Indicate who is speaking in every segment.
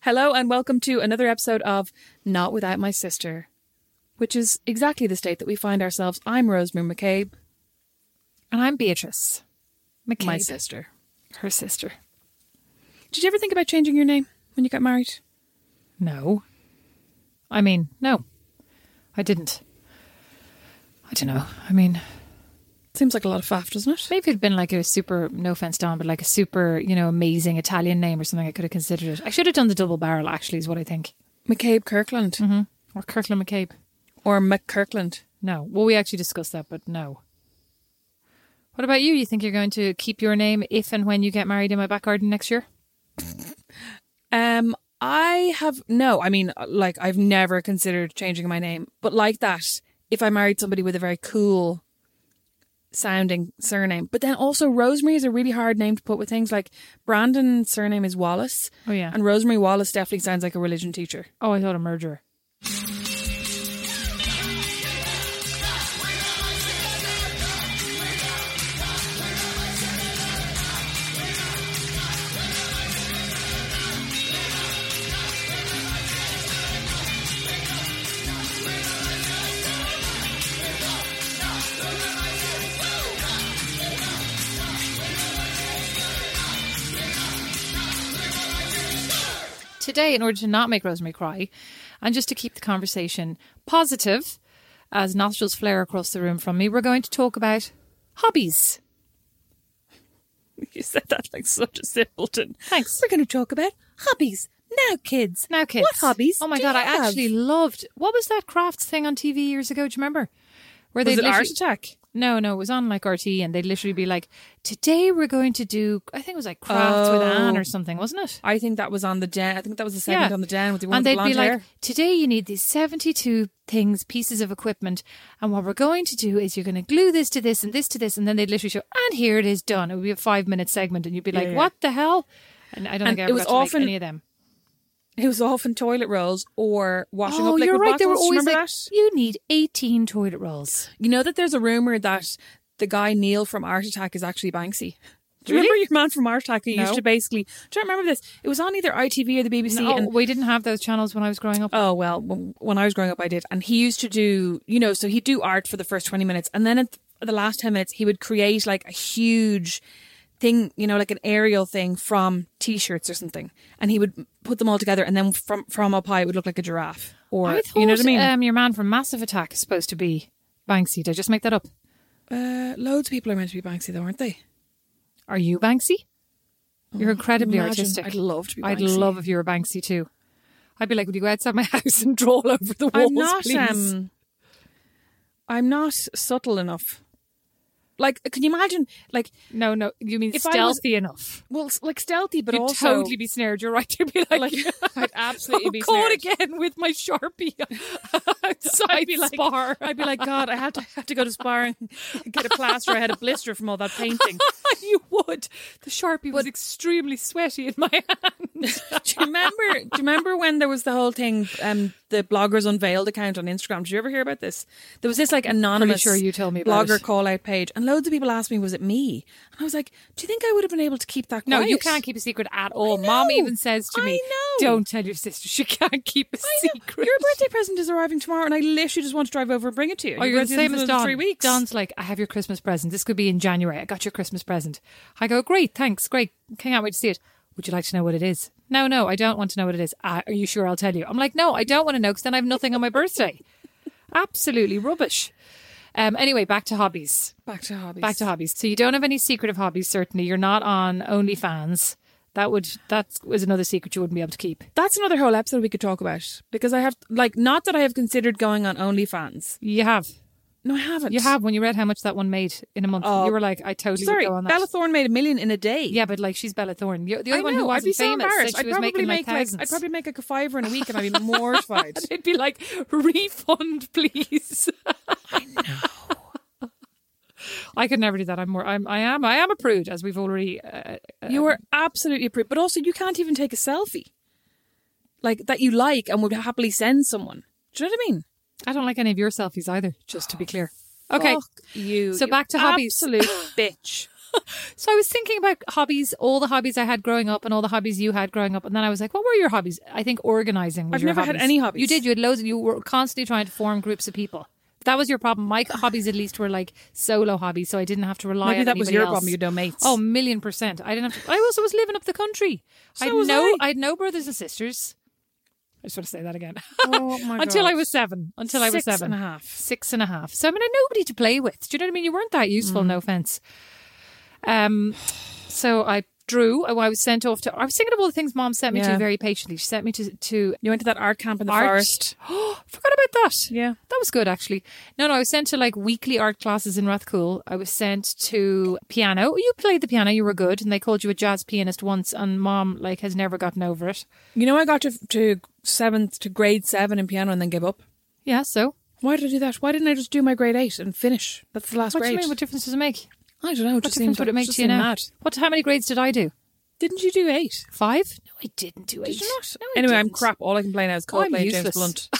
Speaker 1: Hello and welcome to another episode of Not Without My Sister, which is exactly the state that we find ourselves. I'm Rosemary McCabe,
Speaker 2: And I'm Beatrice. McCabe.
Speaker 1: my sister.
Speaker 2: Her sister.
Speaker 1: Did you ever think about changing your name when you got married?
Speaker 2: No. I mean, no. I didn't. I don't know. I mean,
Speaker 1: Seems like a lot of faff, doesn't it?
Speaker 2: maybe it'd been like a super, no offense, Don, but like a super, you know, amazing Italian name or something. I could have considered it. I should have done the double barrel, actually, is what I think.
Speaker 1: McCabe Kirkland
Speaker 2: Or Kirkland McCabe.
Speaker 1: or McKirkland.
Speaker 2: No. Well, we actually discussed that, but no. What about you? You think you're going to keep your name if and when you get married in my back garden next year?
Speaker 1: Um, I have no. I mean, like I've never considered changing my name, but like that, if I married somebody with a very cool sounding surname, but then also Rosemary is a really hard name to put with things like Brandon's surname is Wallace.
Speaker 2: Oh, yeah.
Speaker 1: and Rosemary Wallace definitely sounds like a religion teacher.
Speaker 2: Oh, I thought a murderer. today in order to not make Rosemary cry and just to keep the conversation positive as nostrils flare across the room from me, we're going to talk about hobbies.
Speaker 1: You said that like such a simpleton.
Speaker 2: Thanks.
Speaker 1: We're going to talk about hobbies now, kids.
Speaker 2: Now, kids.
Speaker 1: What hobbies?
Speaker 2: Oh my
Speaker 1: do
Speaker 2: God,
Speaker 1: you
Speaker 2: I
Speaker 1: have?
Speaker 2: actually loved. What was that crafts thing on TV years ago? Do you remember? Where
Speaker 1: was
Speaker 2: they'd
Speaker 1: it Art
Speaker 2: literally-
Speaker 1: Attack?
Speaker 2: No, no, it was on like RT and they'd literally be like, today we're going to do, I think it was like crafts with Anne
Speaker 1: Oh.
Speaker 2: or something, wasn't it?
Speaker 1: I think that was on the den. I think that was the segment on the den with the woman
Speaker 2: and
Speaker 1: with
Speaker 2: they'd
Speaker 1: blonde
Speaker 2: be like,
Speaker 1: hair.
Speaker 2: today you need these 72 things, pieces of equipment. And what we're going to do is you're going to glue this to this and this to this. And then they'd literally show, and here it is done. It would be a five minute segment. And you'd be like,
Speaker 1: yeah.
Speaker 2: what the hell? And I don't
Speaker 1: And
Speaker 2: think I
Speaker 1: it
Speaker 2: ever
Speaker 1: was
Speaker 2: got to make
Speaker 1: often-
Speaker 2: any of them.
Speaker 1: It was often toilet rolls or washing
Speaker 2: oh,
Speaker 1: up liquid
Speaker 2: you're right.
Speaker 1: bottles.
Speaker 2: They were always
Speaker 1: Remember
Speaker 2: like,
Speaker 1: that?
Speaker 2: you need 18 toilet rolls.
Speaker 1: You know that there's a rumor that the guy Neil from Art Attack is actually Banksy. Do you remember your man from Art Attack who used
Speaker 2: No.
Speaker 1: to basically? Do you remember this? It was on either ITV or the BBC.
Speaker 2: No,
Speaker 1: and
Speaker 2: we didn't have those channels when I was growing up.
Speaker 1: Oh well, when when I was growing up, I did, and he used to do, you know, so he'd do art for the first twenty minutes, and then at th- the last ten minutes, he would create like a huge thing, you know, like an aerial thing from t-shirts or something, and he would put them all together, and then from from up high, it would look like a giraffe, or
Speaker 2: I
Speaker 1: you know what I
Speaker 2: thought,
Speaker 1: mean.
Speaker 2: Um, your man from Massive Attack is supposed to be Banksy. Did I just make that up?
Speaker 1: uh, loads of people are meant to be Banksy, though, aren't they?
Speaker 2: Are you Banksy? You're incredibly
Speaker 1: Oh, imagine.
Speaker 2: artistic.
Speaker 1: I'd love to be
Speaker 2: I'd
Speaker 1: Banksy.
Speaker 2: love if you were Banksy too. I'd be like, would you go outside my house and draw all over the walls,
Speaker 1: um, I'm not.
Speaker 2: please?
Speaker 1: Um, I'm not subtle enough. Like, can you imagine? Like,
Speaker 2: No, no, you mean
Speaker 1: If I was-
Speaker 2: stealthy enough.
Speaker 1: well, s- like stealthy, but
Speaker 2: You'd
Speaker 1: also
Speaker 2: totally be snared. You're right. You'd be like,
Speaker 1: Like,
Speaker 2: I'd
Speaker 1: absolutely
Speaker 2: oh,
Speaker 1: be
Speaker 2: God,
Speaker 1: snared.
Speaker 2: again with my sharpie outside
Speaker 1: I'd be like,
Speaker 2: spar.
Speaker 1: I'd be like, God, I had to had to go to Spar and get a plaster. I had a blister from all that painting.
Speaker 2: you would. The sharpie was extremely sweaty in my hand.
Speaker 1: do you remember? Do you remember when there was the whole thing? Um, the bloggers unveiled account on Instagram. Did you ever hear about this? There was this like anonymous.
Speaker 2: sure you told me about
Speaker 1: blogger
Speaker 2: it.
Speaker 1: call out page, and loads of people asked me, "Was it me?" And I was like, "Do you think I would have been able to keep that?"
Speaker 2: No, you
Speaker 1: quiet?"
Speaker 2: can't keep a secret at all. Mom
Speaker 1: know.
Speaker 2: even says to
Speaker 1: I
Speaker 2: me,
Speaker 1: know.
Speaker 2: "Don't tell your sister. She can't keep a
Speaker 1: I know.
Speaker 2: secret."
Speaker 1: Your birthday present is arriving tomorrow, and I literally just want to drive over and bring it to you.
Speaker 2: Oh, you're the
Speaker 1: birthday's
Speaker 2: same
Speaker 1: in
Speaker 2: as
Speaker 1: another
Speaker 2: Don.
Speaker 1: Three weeks.
Speaker 2: Don's like, I have your Christmas present. This could be in January. I got your Christmas present. I go, great, thanks, great. Can't wait to see it. Would you like to know what it is? No, no, I don't want to know what it is. Ah, are you sure I'll tell you? I'm like, no, I don't want to know because then I have nothing on my birthday. Absolutely rubbish. Um, anyway, back to hobbies.
Speaker 1: Back to hobbies.
Speaker 2: Back to hobbies. So you don't have any secretive hobbies. Certainly, you're not on OnlyFans. That would that was another secret you wouldn't be able to keep.
Speaker 1: That's another whole episode we could talk about because I have like not that I have considered going on OnlyFans.
Speaker 2: You have
Speaker 1: No, I haven't.
Speaker 2: you have when you read how much that one made in a month. you were like, I totally
Speaker 1: Oh, Sorry,
Speaker 2: would go on that.
Speaker 1: Bella Thorne made a million in a day.
Speaker 2: Yeah, but like she's Bella Thorne. You- The
Speaker 1: I
Speaker 2: other one who
Speaker 1: know, I'd
Speaker 2: wasn't
Speaker 1: be so
Speaker 2: famous said
Speaker 1: embarrassed.
Speaker 2: she
Speaker 1: I'd
Speaker 2: was
Speaker 1: probably
Speaker 2: making like
Speaker 1: make like,
Speaker 2: thousands.
Speaker 1: I'd probably make like a fiver in a week, and I'd be mortified.
Speaker 2: They'd be like, refund, please. I know. I could never do that. I'm more. I'm. I am. I am a prude, as we've already. Uh,
Speaker 1: you were absolutely approved, but also you can't even take a selfie like that you like and would happily send someone. Do you know what I mean?
Speaker 2: I don't like any of your selfies either. Just to be clear. Okay.
Speaker 1: Fuck you.
Speaker 2: So
Speaker 1: you
Speaker 2: back to hobbies.
Speaker 1: Absolute bitch.
Speaker 2: So I was thinking about hobbies, all the hobbies I had growing up, and all the hobbies you had growing up, and then I was like, "What were your hobbies?" I think organizing. Was
Speaker 1: I've
Speaker 2: your
Speaker 1: never had any hobbies.
Speaker 2: You did. You had loads. Of, you were constantly trying to form groups of people. That was your problem. My hobbies, at least, were like solo hobbies, so I didn't have to rely.
Speaker 1: Maybe
Speaker 2: on
Speaker 1: that was
Speaker 2: anybody
Speaker 1: your
Speaker 2: else.
Speaker 1: problem, you know, mates.
Speaker 2: Oh, million percent. I didn't have. To, I also was living up the country. I had
Speaker 1: was
Speaker 2: no.
Speaker 1: I.
Speaker 2: I. had no brothers and sisters. I just want to say that again.
Speaker 1: Oh my
Speaker 2: Until
Speaker 1: God.
Speaker 2: I was seven. Until I was
Speaker 1: Six
Speaker 2: seven
Speaker 1: and a half.
Speaker 2: six and a half. So I mean, I had nobody to play with. Do you know what I mean? You weren't that useful.
Speaker 1: Mm.
Speaker 2: No offense. Um, so I drew. oh, I was sent off to. I was thinking of all the things Mom sent me
Speaker 1: Yeah.
Speaker 2: to very patiently. She sent me to to
Speaker 1: You went to that art camp in the
Speaker 2: art.
Speaker 1: forest.
Speaker 2: Forgot about that.
Speaker 1: Yeah.
Speaker 2: that was good actually. No, no, I was sent to like weekly art classes in Rathcoole. I was sent to piano. Oh, You played the piano. You were good, and they called you a jazz pianist once. And Mom like has never gotten over it.
Speaker 1: You know, I got to, to seventh to grade seven in piano and then gave up.
Speaker 2: Yeah. So
Speaker 1: Why did I do that? Why didn't I just do my grade eight and finish? That's the last
Speaker 2: what do
Speaker 1: grade.
Speaker 2: you mean? What difference does it make?
Speaker 1: I don't know.
Speaker 2: What difference would it make to you now? What? How many grades did I do?
Speaker 1: Didn't you do eight?
Speaker 2: Five? No, I didn't do eight.
Speaker 1: Did you not?
Speaker 2: No, I
Speaker 1: anyway, I'm
Speaker 2: didn't.
Speaker 1: crap. All I can play now is
Speaker 2: I'm
Speaker 1: call play James
Speaker 2: useless.
Speaker 1: Blunt,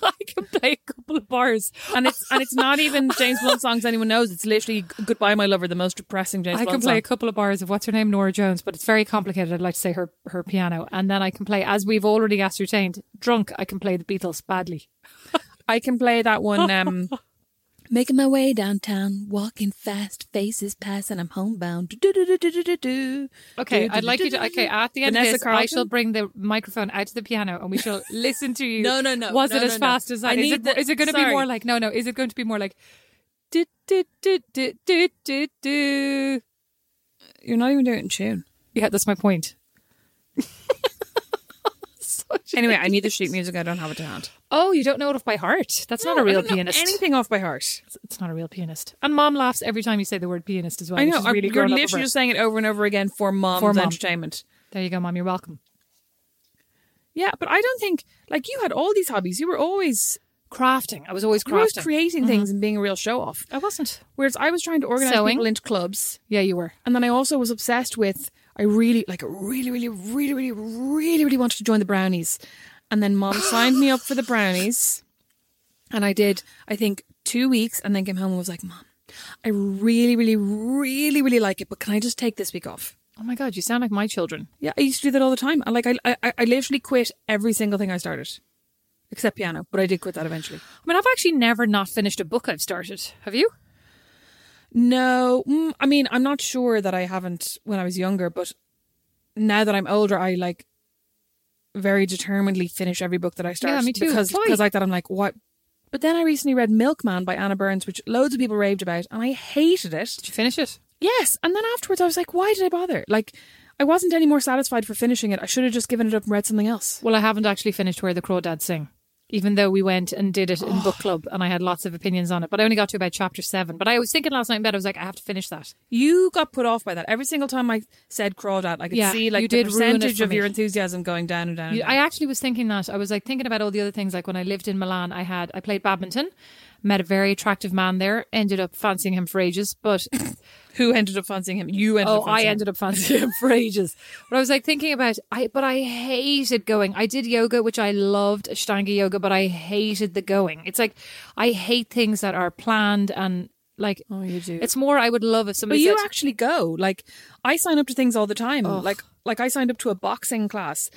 Speaker 2: I can play a couple of bars.
Speaker 1: and it's and it's not even James Blunt songs anyone knows. It's literally "Goodbye, My Lover," the most depressing James
Speaker 2: I can
Speaker 1: Blunt
Speaker 2: play a
Speaker 1: song.
Speaker 2: couple of bars of what's her name, Nora Jones, but it's very complicated. I'd like to say her her piano, and then I can play, as we've already ascertained, drunk. I can play the Beatles badly.
Speaker 1: I can play that one. Um, Making my way downtown, walking fast, faces pass, and I'm homebound. Do-do-do-do-do-do-do.
Speaker 2: Okay, I'd like you to. Okay, at the end
Speaker 1: Vanessa
Speaker 2: of this, I
Speaker 1: Carlton?
Speaker 2: shall bring the microphone out to the piano, and we shall listen to you.
Speaker 1: No, no, no.
Speaker 2: Was
Speaker 1: No,
Speaker 2: it
Speaker 1: no,
Speaker 2: as
Speaker 1: no.
Speaker 2: fast as
Speaker 1: I
Speaker 2: that? Is
Speaker 1: need
Speaker 2: it,
Speaker 1: the-
Speaker 2: is it going to be
Speaker 1: sorry.
Speaker 2: more like? No, no. Is it going to be more like? Do, do, do, do, do, do, do.
Speaker 1: You're not even doing it in tune.
Speaker 2: Yeah, that's my point.
Speaker 1: Anyway, I need the sheet music. I don't have it to hand.
Speaker 2: Oh, you don't know it off by heart. That's not a
Speaker 1: I
Speaker 2: real
Speaker 1: don't know
Speaker 2: pianist.
Speaker 1: Anything off by heart.
Speaker 2: It's not a real pianist. And mom laughs every time you say the word pianist as well.
Speaker 1: I
Speaker 2: which
Speaker 1: know.
Speaker 2: is
Speaker 1: I'm-
Speaker 2: really
Speaker 1: you're
Speaker 2: grown up of
Speaker 1: literally
Speaker 2: her.
Speaker 1: just saying it over and over again for mom's
Speaker 2: For mom.
Speaker 1: entertainment.
Speaker 2: There you go, mom. You're welcome.
Speaker 1: Yeah, but I don't think like you had all these hobbies. You were always
Speaker 2: Crafting. I was always crafting.
Speaker 1: you were always Mm-hmm. creating things and being a real show off.
Speaker 2: I wasn't.
Speaker 1: Whereas I was trying to organize
Speaker 2: Sewing.
Speaker 1: people into clubs,
Speaker 2: Yeah, you were.
Speaker 1: and then I also was obsessed with. I really like really really really really really really wanted to join the brownies, and then mom signed me up for the brownies, and I did I think two weeks, and then came home and was like, mom, I really really really really like it, but can I just take this week off?
Speaker 2: Oh my god, you sound like my children.
Speaker 1: Yeah, I used to do that all the time. I like I I, I literally quit every single thing I started, except piano. But I did quit that eventually.
Speaker 2: I mean, I've actually never not finished a book I've started. Have you?
Speaker 1: No, mm, I mean I'm not sure that I haven't when I was younger, but now that I'm older, I like very determinedly finish every book that I start.
Speaker 2: Yeah, me too.
Speaker 1: Because
Speaker 2: Why?
Speaker 1: because like that, I'm like what. But then I recently read Milkman by Anna Burns, which loads of people raved about, and I hated it.
Speaker 2: Did you finish it?
Speaker 1: Yes, and then afterwards I was like, why did I bother? Like, I wasn't any more satisfied for finishing it. I should have just given it up and read something else.
Speaker 2: Well, I haven't actually finished Where the Crawdads Sing. even though we went and did it in book club and I had lots of opinions on it. But I only got to about chapter seven. But I was thinking last night in bed, I was like, I have to finish that.
Speaker 1: You got put off by that. Every single time I said crawdad, I could
Speaker 2: Yeah,
Speaker 1: see like
Speaker 2: you
Speaker 1: the
Speaker 2: did ruin it
Speaker 1: percentage
Speaker 2: for
Speaker 1: of your
Speaker 2: me.
Speaker 1: enthusiasm going down and down. And
Speaker 2: You-
Speaker 1: down.
Speaker 2: I actually was thinking that. I was like thinking about all the other things. Like when I lived in Milan, I had I played badminton, met a very attractive man there, ended up fancying him for ages. But
Speaker 1: Who ended up fancying him? You ended
Speaker 2: oh,
Speaker 1: up
Speaker 2: I
Speaker 1: fancying him.
Speaker 2: ended up fancying him for ages. But I was like thinking about I, but I hated going. I did yoga, which I loved Ashtanga yoga, but I hated the going. It's like I hate things that are planned and like.
Speaker 1: Oh, you do.
Speaker 2: It's more I would love if
Speaker 1: But
Speaker 2: somebody
Speaker 1: you
Speaker 2: said,
Speaker 1: actually go. Like I sign up to things all the time. Like like I signed up to a boxing class,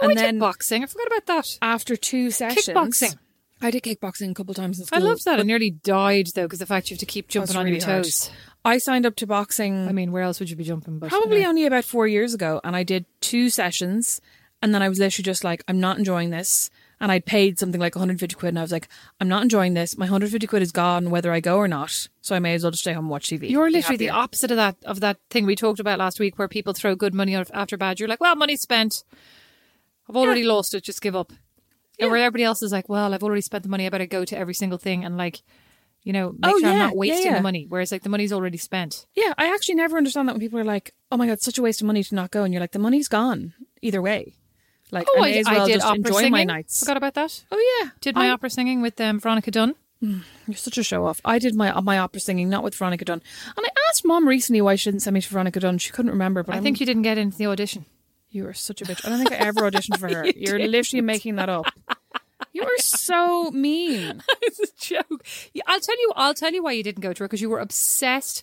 Speaker 2: oh, I
Speaker 1: and
Speaker 2: did
Speaker 1: then
Speaker 2: boxing. I forgot about that.
Speaker 1: after two sessions,
Speaker 2: Kickboxing.
Speaker 1: I did kickboxing a couple times in school.
Speaker 2: I loved that. I nearly died though because the fact you have to keep
Speaker 1: That's
Speaker 2: jumping on
Speaker 1: really
Speaker 2: your
Speaker 1: hard.
Speaker 2: toes.
Speaker 1: I signed up to boxing
Speaker 2: I mean, where else would you be jumping? But
Speaker 1: probably
Speaker 2: anyway.
Speaker 1: only about four years ago, and I did two sessions, and then I was literally just like, I'm not enjoying this. And I'd paid something like 150 quid, and I was like, I'm not enjoying this. My 150 quid is gone, whether I go or not. So I may as well just stay home and watch TV.
Speaker 2: You're
Speaker 1: Be
Speaker 2: literally the
Speaker 1: happier.
Speaker 2: opposite of that of that thing we talked about last week, where people throw good money out after bad. You're like, well, money's spent. I've already lost it. Just give up. And where everybody else is like, well, I've already spent the money. I better go to every single thing and like, you know, make
Speaker 1: Oh,
Speaker 2: sure I'm
Speaker 1: yeah,
Speaker 2: not
Speaker 1: yeah,
Speaker 2: wasting
Speaker 1: yeah.
Speaker 2: the money. Whereas like the money's already spent.
Speaker 1: Yeah, I actually never understand that when people are like, "Oh my god, it's such a waste of money to not go," and you're like, "The money's gone either way." Like,
Speaker 2: Oh,
Speaker 1: Oh, I may as well just enjoy my nights.
Speaker 2: Forgot about that.
Speaker 1: Oh yeah,
Speaker 2: Did my
Speaker 1: I-
Speaker 2: opera singing with um, Veronica Dunn.
Speaker 1: You're such a show off. I did my my opera singing, not with Veronica Dunn. And I asked mom recently why she didn't send me to Veronica Dunn. She couldn't remember, but
Speaker 2: I
Speaker 1: I'm-
Speaker 2: think you didn't get into the audition.
Speaker 1: you are such a bitch. I don't think I ever auditioned for her. you are literally making that up. You are so mean.
Speaker 2: it's a joke. Yeah, I'll tell you. I'll tell you why you didn't go to her because you were obsessed.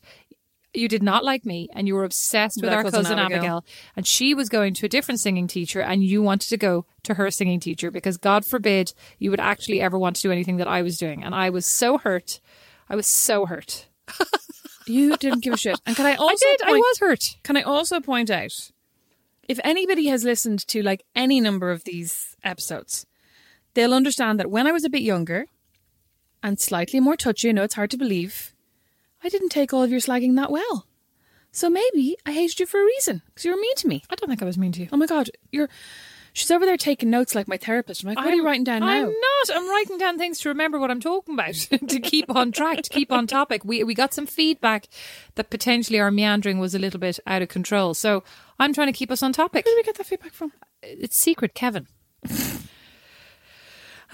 Speaker 2: You did not like me, and you were obsessed with
Speaker 1: With
Speaker 2: our cousin, Abigail. And she was going to a different singing teacher, and you wanted to go to her singing teacher because God forbid you would actually ever want to do anything that I was doing. And I was so hurt. I was so hurt.
Speaker 1: You didn't give a shit. And can I also
Speaker 2: I did. I
Speaker 1: point-
Speaker 2: was hurt.
Speaker 1: Can I also point out if anybody has listened to like any number of these episodes, they'll understand that when I was a bit younger and slightly more touchy, I know it's hard to believe, I didn't take all of your slagging that well. So maybe I hated you for a reason because you were mean to me.
Speaker 2: I don't think I was mean to you.
Speaker 1: Oh my God, you're. She's over there taking notes like my therapist. I'm like, what are you writing down now?
Speaker 2: I'm not. I'm writing down things to remember what I'm talking about, to keep on track, to keep on topic. We we got some feedback that potentially our meandering was a little bit out of control. So I'm trying to keep us on topic.
Speaker 1: Where did we get that feedback from?
Speaker 2: It's secret, Kevin.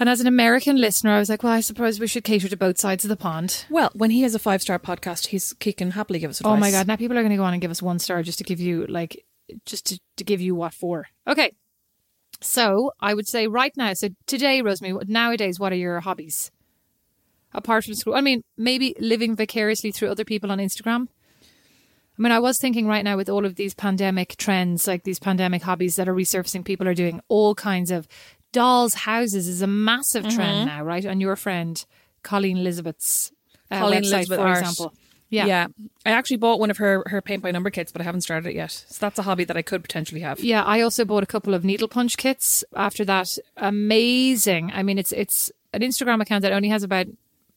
Speaker 2: and as an American listener, I was like, well, I suppose we should cater to both sides of the pond.
Speaker 1: Well, when he has a five star podcast, he's he can happily give us advice.
Speaker 2: Oh my god! Now people are going to go on and give us one star just to give you like just to, to give you what for. Okay. So I would say right now. So today, Rosemary, what- nowadays, what are your hobbies apart from school? I mean, maybe living vicariously through other people on Instagram. I mean, I was thinking right now with all of these pandemic trends, like these pandemic hobbies that are resurfacing, people are doing all kinds of dolls' houses is a massive
Speaker 1: Mm-hmm.
Speaker 2: trend now, right? And your friend Colleen Elizabeth's uh,
Speaker 1: Colleen
Speaker 2: website,
Speaker 1: Elizabeth
Speaker 2: for
Speaker 1: Art.
Speaker 2: example.
Speaker 1: Yeah. I actually bought one of her her paint by number kits, but I haven't started it yet. So that's a hobby that I could potentially have.
Speaker 2: Yeah, I also bought a couple of needle punch kits after that. Amazing. I mean, it's it's an Instagram account that only has about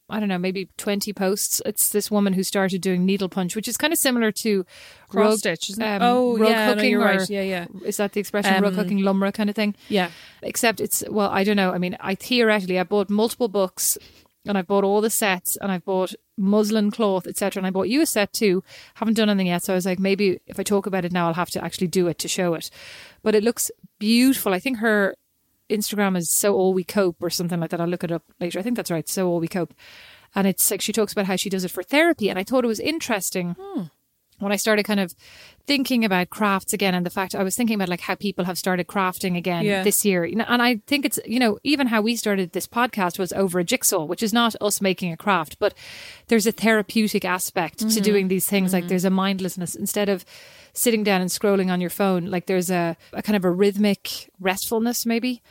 Speaker 2: I don't know, maybe 20 posts. It's this woman who started doing needle punch, which is kind of similar to
Speaker 1: Cross
Speaker 2: rug-
Speaker 1: stitch, isn't
Speaker 2: um,
Speaker 1: it? Oh,
Speaker 2: rug
Speaker 1: yeah, no,
Speaker 2: hooking
Speaker 1: you're
Speaker 2: or-
Speaker 1: right. Yeah, yeah.
Speaker 2: Is that the expression rug hooking lumra kind of thing?
Speaker 1: Yeah.
Speaker 2: except it's well i don't know i mean i theoretically i bought multiple books and i've bought all the sets and i've bought muslin cloth etc and i bought you a set too haven't done anything yet so i was like maybe if i talk about it now i'll have to actually do it to show it but it looks beautiful i think her instagram is so all we cope or something like that i'll look it up later i think that's right so all we cope and it's like she talks about how she does it for therapy and i thought it was interesting when I started kind of thinking about crafts again and the fact I was thinking about like how people have started crafting again
Speaker 1: Yeah.
Speaker 2: this year. You know, and I think it's you know, even how we started this podcast was over a jigsaw, which is not us making a craft, but there's a therapeutic aspect to doing these things. Like there's a mindlessness instead of sitting down and scrolling on your phone, like there's a, a kind of a rhythmic restfulness maybe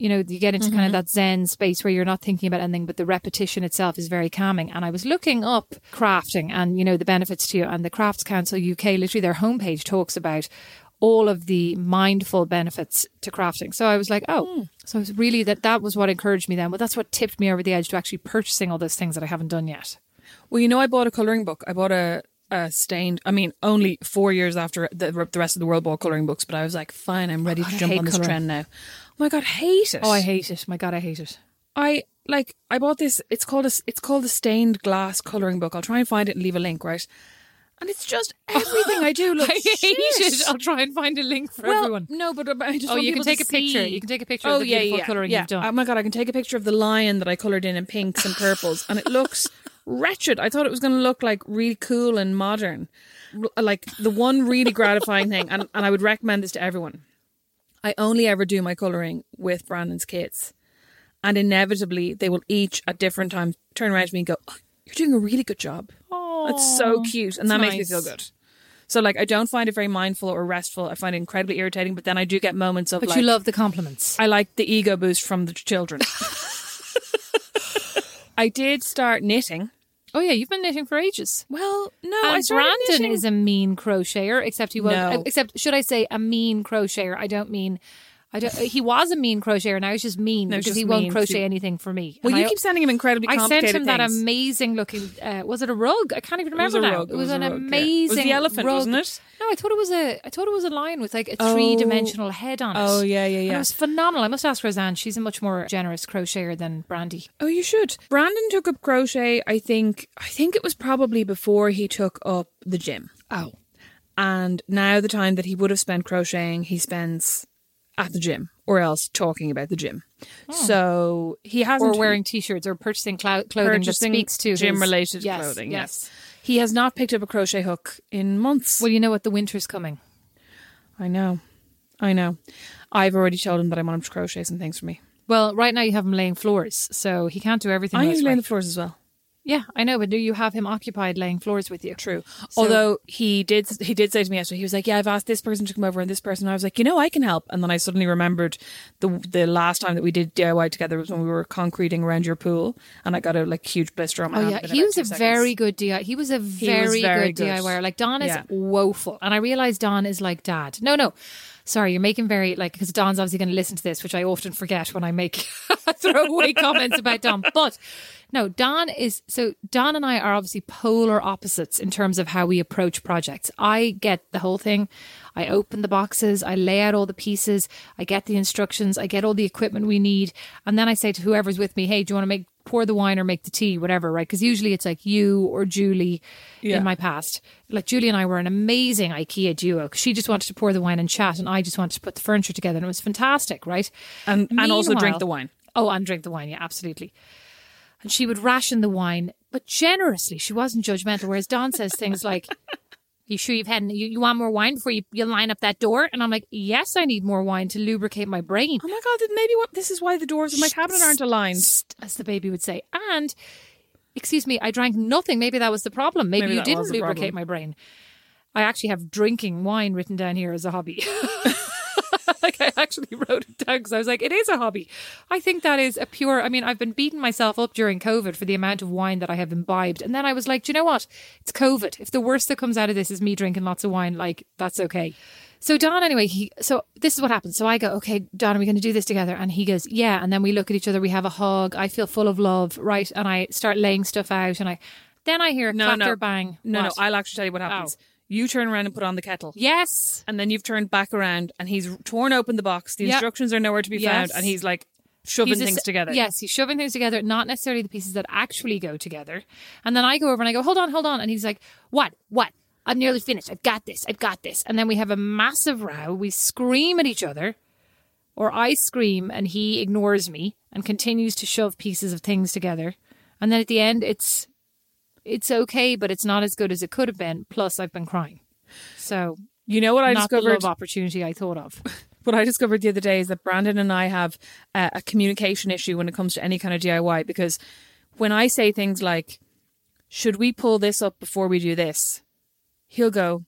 Speaker 2: you know, you get into
Speaker 1: Mm-hmm.
Speaker 2: kind of that zen space where you're not thinking about anything, but the repetition itself is very calming. And I was looking up crafting and, you know, the benefits to you. And the Crafts Council UK, literally their homepage talks about all of the mindful benefits to crafting. So I was like, oh,
Speaker 1: Hmm.
Speaker 2: so it's really that that was what encouraged me then. Well, that's what tipped me over the edge to actually purchasing all those things that I haven't done yet.
Speaker 1: Well, you know, I bought a coloring book. I bought a, a stained. I mean, only four years after the, the rest of the world bought coloring books, but I was like, fine, I'm ready to
Speaker 2: God, I
Speaker 1: jump
Speaker 2: hate
Speaker 1: on this
Speaker 2: colouring.
Speaker 1: trend now. Oh my god, hate it!
Speaker 2: Oh, I hate it. My God, I hate it.
Speaker 1: I like I bought this. It's called a s- it's called a stained glass coloring book. I'll try and find it and leave a link, right? And it's just everything I do looks
Speaker 2: I hate
Speaker 1: shit.
Speaker 2: it. I'll try and find a link for
Speaker 1: well,
Speaker 2: everyone.
Speaker 1: No, but, but I just
Speaker 2: Oh,
Speaker 1: want
Speaker 2: you can
Speaker 1: people
Speaker 2: take
Speaker 1: to
Speaker 2: a picture.
Speaker 1: see. Oh,
Speaker 2: You can take a picture of the beautiful colouring
Speaker 1: yeah.
Speaker 2: you've done.
Speaker 1: Oh my god, I can take a picture of the lion that I coloured in in pinks and purples, and it looks wretched. I thought it was going to look like really cool and modern, R- like the one really gratifying thing. And and I would recommend this to everyone. I only ever do my colouring with Brandon's kids, and inevitably they will each at different times turn around to me and go, oh, "You're doing a really good job. That's so cute," and that
Speaker 2: that's
Speaker 1: makes me feel
Speaker 2: nice.
Speaker 1: good. So like I don't find it very mindful or restful. I find it incredibly irritating, but then I do get moments of
Speaker 2: But
Speaker 1: like
Speaker 2: you love the compliments.
Speaker 1: I like the ego boost from the children. I did start knitting.
Speaker 2: Oh yeah, you've been knitting for ages.
Speaker 1: Well, no, Oh, I
Speaker 2: and
Speaker 1: started
Speaker 2: Brandon
Speaker 1: knitting.
Speaker 2: is a mean crocheter, except he was. uh,
Speaker 1: No.
Speaker 2: Except should I say a mean crocheter? I don't mean. I don't. uh, He was a mean crocheter. Now he's just mean
Speaker 1: No,
Speaker 2: because
Speaker 1: just
Speaker 2: he won't
Speaker 1: mean
Speaker 2: crochet
Speaker 1: to-
Speaker 2: anything for me.
Speaker 1: well,
Speaker 2: And
Speaker 1: you
Speaker 2: I,
Speaker 1: keep sending him incredibly
Speaker 2: I sent
Speaker 1: complicated
Speaker 2: him that
Speaker 1: things.
Speaker 2: amazing looking. Uh, was it a rug? I can't even
Speaker 1: was
Speaker 2: remember
Speaker 1: a
Speaker 2: now.
Speaker 1: rug.
Speaker 2: It was, an
Speaker 1: a rug, yeah.
Speaker 2: amazing.
Speaker 1: It was the elephant,
Speaker 2: rug.
Speaker 1: wasn't it?
Speaker 2: No, I thought it was a. I thought it was a lion with like a three dimensional head on it.
Speaker 1: Oh, yeah, yeah,
Speaker 2: And it
Speaker 1: yeah.
Speaker 2: was phenomenal. I must ask Roseanne. She's a much more generous crocheter than Brandy.
Speaker 1: Oh, you should. Brandon took up crochet. I think. I think it was probably before he took up the gym.
Speaker 2: Oh,
Speaker 1: And now the time that he would have spent crocheting, he spends at the gym or else talking about the gym. So he hasn't
Speaker 2: Hmm. or wearing t-shirts or purchasing clou- clothing
Speaker 1: purchasing
Speaker 2: that speaks to his-
Speaker 1: gym related
Speaker 2: Yes,
Speaker 1: clothing. Yes. He has not picked up a crochet hook in months.
Speaker 2: Well, you know what? The winter's coming.
Speaker 1: I know. I know. I've already told him that I want him to crochet some things for me.
Speaker 2: Well, right now you have him laying floors, so he can't do everything.
Speaker 1: I
Speaker 2: right
Speaker 1: usually lay
Speaker 2: away.
Speaker 1: the floors as well.
Speaker 2: yeah, I know, but do you have him occupied laying floors with you?
Speaker 1: True. Although he did he did say to me yesterday, he was like, Yeah, I've asked this person to come over and this person. I was like, you know, I can help. And then I suddenly remembered the the last time that we did DIY together was when we were concreting around your pool and I got a like huge blister on my
Speaker 2: Oh
Speaker 1: hand
Speaker 2: yeah,
Speaker 1: within
Speaker 2: he
Speaker 1: Um, about
Speaker 2: was
Speaker 1: two
Speaker 2: a
Speaker 1: seconds.
Speaker 2: very good DIY. He was a very,
Speaker 1: very
Speaker 2: good,
Speaker 1: good.
Speaker 2: DIYer. er. Like Don is
Speaker 1: Yeah.
Speaker 2: woeful, and I realize Don is like dad. No, no, sorry, you're making very like because Don's obviously going to listen to this, which I often forget when I make throwaway comments about Don. But no, Don is so Don and I are obviously polar opposites in terms of how we approach projects. I get the whole thing. I open the boxes, I lay out all the pieces, I get the instructions, I get all the equipment we need, and then I say to whoever's with me, "Hey, do you want to make pour the wine or make the tea, whatever, right? Because usually it's like you or Julie in my past. Like Julie and I were an amazing IKEA duo. 'cause She just wanted to pour the wine and chat, and I just wanted to put the furniture together, and it was fantastic, right?
Speaker 1: And and also drink
Speaker 2: Meanwhile-
Speaker 1: the wine.
Speaker 2: Oh, and drink the wine, yeah, absolutely. And she would ration the wine, but generously. She wasn't judgmental. Whereas Don says things like, you sure you've had you, you want more wine before you, you line up that door? And I'm like, yes, I need more wine to lubricate my brain.
Speaker 1: Oh my god, then maybe what this is why the doors of my cabinet aren't aligned.
Speaker 2: Psst, as the baby would say. And excuse me, I drank nothing. Maybe that was the problem. Maybe,
Speaker 1: Maybe
Speaker 2: you
Speaker 1: that
Speaker 2: didn't
Speaker 1: was the
Speaker 2: lubricate
Speaker 1: problem.
Speaker 2: my brain. I actually have drinking wine written down here as a hobby. like I actually wrote it down because I was like, it is a hobby. I think that is a pure. I mean, I've been beating myself up during COVID for the amount of wine that I have imbibed, and then I was like, do you know what? It's COVID. If the worst that comes out of this is me drinking lots of wine, like that's okay. So Don, anyway, he. So this is what happens. So I go, okay, Don, are we going to do this together? And he goes, yeah. And then we look at each other. We have a hug. I feel full of love, right? And I start laying stuff out, and I. Then I hear a clatter bang.
Speaker 1: No,
Speaker 2: What?
Speaker 1: no, I'll actually tell you what Oh. happens. You turn around and put on the kettle.
Speaker 2: yes.
Speaker 1: And then you've turned back around and he's torn open the box. The
Speaker 2: Yeah.
Speaker 1: instructions are nowhere to be found
Speaker 2: Yes.
Speaker 1: and he's like shoving
Speaker 2: He's just-
Speaker 1: things together.
Speaker 2: Yes, he's shoving things together, not necessarily the pieces that actually go together. And then I go over and I go, hold on, hold on. And he's like, what, what? I'm nearly finished. I've got this. I've got this. And then we have a massive row. We scream at each other, or I scream and he ignores me and continues to shove pieces of things together. And then at the end, it's it's okay, but it's not as good as it could have been. Plus, I've been crying. So
Speaker 1: You know what I
Speaker 2: not the
Speaker 1: discovered?
Speaker 2: love opportunity I thought of.
Speaker 1: What I discovered the other day is that Brandon and I have uh, a communication issue when it comes to any kind of DIY because when I say things like, should we pull this up before we do this? He'll go,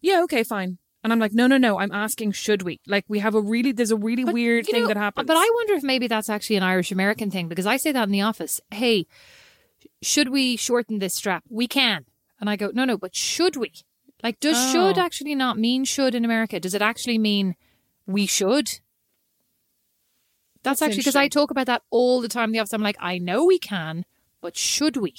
Speaker 1: yeah, okay, fine. And I'm like, no, no, no. I'm asking, should we? Like, we have a really, there's a really weird
Speaker 2: You
Speaker 1: thing
Speaker 2: know,
Speaker 1: that happens.
Speaker 2: But I wonder if maybe that's actually an Irish American thing because I say that in the office. Hey, should we shorten this strap? We can. And I go, no, no, but should we? Like, does
Speaker 1: Oh.
Speaker 2: should actually not mean should in America? Does it actually mean we should? That's,
Speaker 1: That's
Speaker 2: actually because I
Speaker 1: interesting.
Speaker 2: talk about that all the time in the office. I'm like, I know we can, but should we?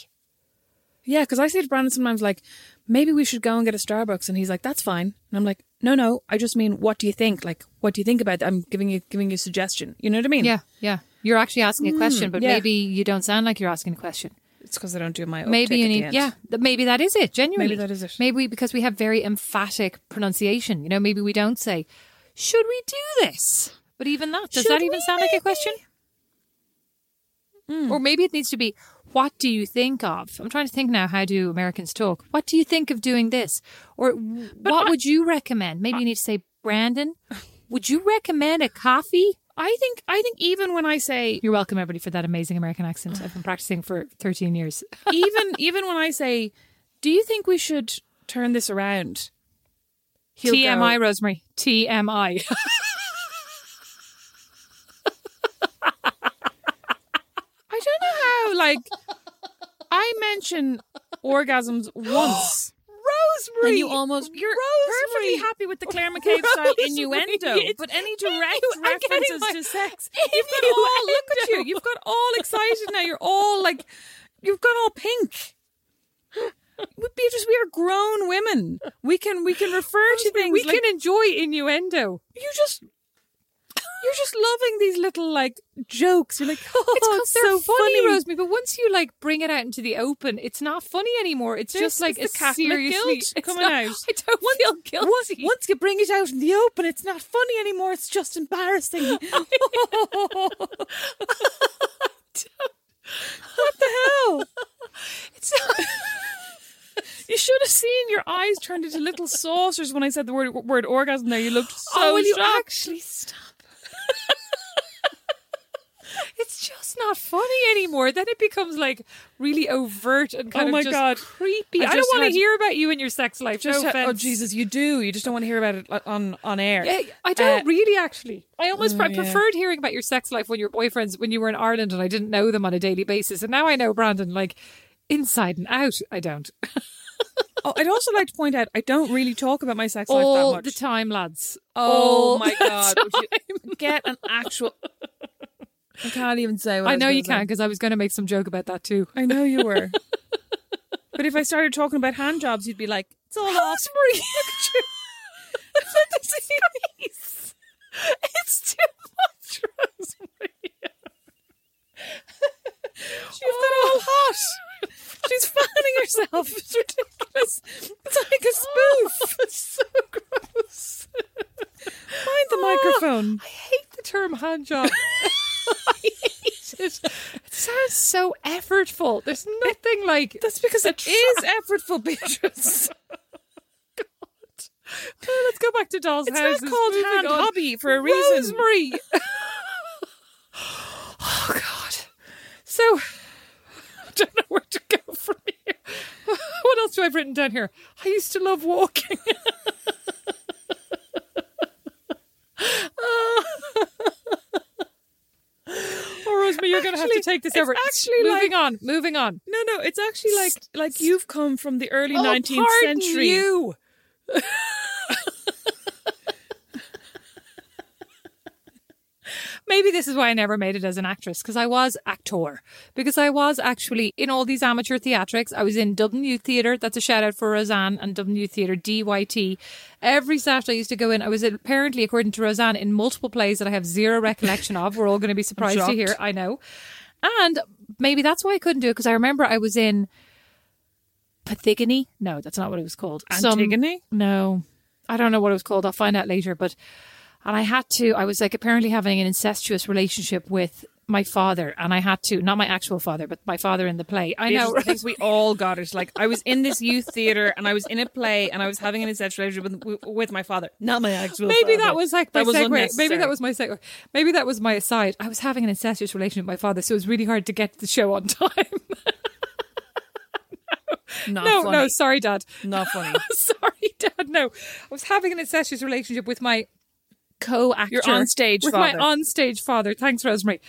Speaker 1: Yeah, because I say to Brandon sometimes, like, maybe we should go and get a Starbucks, and he's like, "That's fine," and I'm like, "No, no, I just mean, what do you think? Like, what do you think about? That? I'm giving you giving you a suggestion. You know what I mean?
Speaker 2: Yeah, yeah. You're actually asking a question, but
Speaker 1: Hmm. yeah.
Speaker 2: maybe you don't sound like you're asking a question.
Speaker 1: It's because I don't do my
Speaker 2: Maybe
Speaker 1: uptake
Speaker 2: you
Speaker 1: at the
Speaker 2: need,
Speaker 1: end.
Speaker 2: yeah, th- maybe that is it. Genuinely,
Speaker 1: that is it.
Speaker 2: Maybe because we have very emphatic pronunciation. You know, maybe we don't say, "Should we do this?" But even that, does
Speaker 1: Should
Speaker 2: that even
Speaker 1: we, Hmm.
Speaker 2: sound like a question? Or maybe it needs to be, "What do you think of?" I'm trying to think now. How do Americans talk? What do you think of doing this? Or what would you recommend? Maybe you need to say, "Brandon, would you recommend a coffee?"
Speaker 1: I think I think even when I say
Speaker 2: You're welcome, everybody, for that amazing American accent. I've been practicing for 13 years.
Speaker 1: even even when I say, "Do you think we should turn this around?" He'll
Speaker 2: TMI,
Speaker 1: go,
Speaker 2: Rosemary. TMI.
Speaker 1: I don't know how. Like, I mention orgasms once.
Speaker 2: Rosemary.
Speaker 1: And you almost you're perfectly happy with the Claire McCabe style innuendo,
Speaker 2: It's
Speaker 1: but any direct
Speaker 2: innu- I'm getting
Speaker 1: references
Speaker 2: my-
Speaker 1: to sex, you've got all. Look at you, you've got all excited now. You're all like, you've got all pink. But Beatrice, we are grown women. We can we can refer to things.
Speaker 2: we
Speaker 1: like,
Speaker 2: can enjoy innuendo.
Speaker 1: you just you're just loving these little like jokes. You're like, oh,
Speaker 2: It's
Speaker 1: it's,
Speaker 2: because they're
Speaker 1: so
Speaker 2: funny, Rosemary. But once you like bring it out into the open, it's not funny anymore. It's
Speaker 1: There's-
Speaker 2: just like a
Speaker 1: it's the Catholic
Speaker 2: seriously
Speaker 1: guilt
Speaker 2: it's
Speaker 1: coming
Speaker 2: not-
Speaker 1: out.
Speaker 2: I don't feel guilty.
Speaker 1: Once, once you bring it out in the open, it's not funny anymore. It's just embarrassing. what the hell? you should have seen your eyes turned into little saucers when I said the word word orgasm. There, you looked so
Speaker 2: oh, will you
Speaker 1: shocked.
Speaker 2: actually stop? it's just not funny anymore. Then it becomes like really overt and kind
Speaker 1: Oh
Speaker 2: of
Speaker 1: my
Speaker 2: just
Speaker 1: God.
Speaker 2: creepy. I,
Speaker 1: I
Speaker 2: don't
Speaker 1: just
Speaker 2: want
Speaker 1: had-
Speaker 2: to hear about you and your sex life.
Speaker 1: Just
Speaker 2: no
Speaker 1: ha-
Speaker 2: offense.
Speaker 1: oh Jesus, you do. You just don't want to hear about it like, on on air.
Speaker 2: Yeah, I don't
Speaker 1: Uh,
Speaker 2: really actually. I almost pre- I
Speaker 1: yeah.
Speaker 2: preferred hearing about your sex life when your boyfriends when you were in Ireland and I didn't know them on a daily basis, and now I know Brandon like inside and out. I don't
Speaker 1: Oh, I'd also like to point out I don't really talk about my sex life that
Speaker 2: all
Speaker 1: much.
Speaker 2: the time, lads.
Speaker 1: Oh
Speaker 2: All
Speaker 1: my
Speaker 2: the
Speaker 1: god!
Speaker 2: time.
Speaker 1: Would you get an actual. I can't even say. What
Speaker 2: I
Speaker 1: was
Speaker 2: know
Speaker 1: gonna
Speaker 2: you
Speaker 1: say.
Speaker 2: can because I was going to make some joke about that too.
Speaker 1: I know you were. but if I started talking about hand jobs, you'd be like, "It's all off."
Speaker 2: it's too much, Rosemary.
Speaker 1: You've got all hot. She's fanning herself. Oh. It's ridiculous. It's like a spoof.
Speaker 2: Oh, it's so gross. Ah,
Speaker 1: Mind the microphone.
Speaker 2: I hate the term hand job. I hate it. It sounds so effortful. There's nothing like
Speaker 1: That's because it is effortful, Beatrice.
Speaker 2: Oh, let's go back to dolls'
Speaker 1: It's
Speaker 2: houses.
Speaker 1: not called
Speaker 2: Moving
Speaker 1: hand
Speaker 2: on.
Speaker 1: hobby for a reason.
Speaker 2: Rosemary. oh God. So I don't know where to go from here. What else do I've written down here? I used to love walking. oh, Rosemary, you're going to have to
Speaker 1: Actually,
Speaker 2: take this
Speaker 1: it's
Speaker 2: over.
Speaker 1: actually
Speaker 2: moving on. Moving on.
Speaker 1: No, no, it's actually like like you've come from the early
Speaker 2: Oh,
Speaker 1: nineteenth
Speaker 2: pardon
Speaker 1: century.
Speaker 2: You. Maybe this is why I never made it as an actress because I was actor because I was actually in all these amateur theatrics. I was in Dublin Youth Theatre. That's a shout out for Roseanne and Dublin Youth Theatre DYT. Every Saturday I used to go in. I was apparently, according to Roseanne, in multiple plays that I have zero recollection of. We're all going to be surprised to
Speaker 1: shocked.
Speaker 2: hear. I know, and maybe that's why I couldn't do it because I remember I was in. Pathigony? No, that's not what it was called. Some-
Speaker 1: Antigone?
Speaker 2: no, I don't know what it was called. I'll find out later. But and I had to. I was like apparently having an incestuous relationship with my father, and I had to not my actual father, but my father in the play. I know.
Speaker 1: I think we all got it. Like I was in this youth theater and I was in a play and I was having an incestual relationship with, with my father, not my actual.
Speaker 2: Maybe
Speaker 1: father.
Speaker 2: that was like my
Speaker 1: That was
Speaker 2: segue. Maybe
Speaker 1: unnecessary.
Speaker 2: that was my segue. Maybe that was my aside. I was having an incestuous relationship with my father, so it was really hard to get the show on time.
Speaker 1: not
Speaker 2: no,
Speaker 1: funny.
Speaker 2: no, sorry, Dad.
Speaker 1: not funny.
Speaker 2: sorry, Dad. No, I was having an incestuous relationship with my co-actor.
Speaker 1: Your on-stage
Speaker 2: with my
Speaker 1: father.
Speaker 2: on-stage father. Thanks, Rosemary.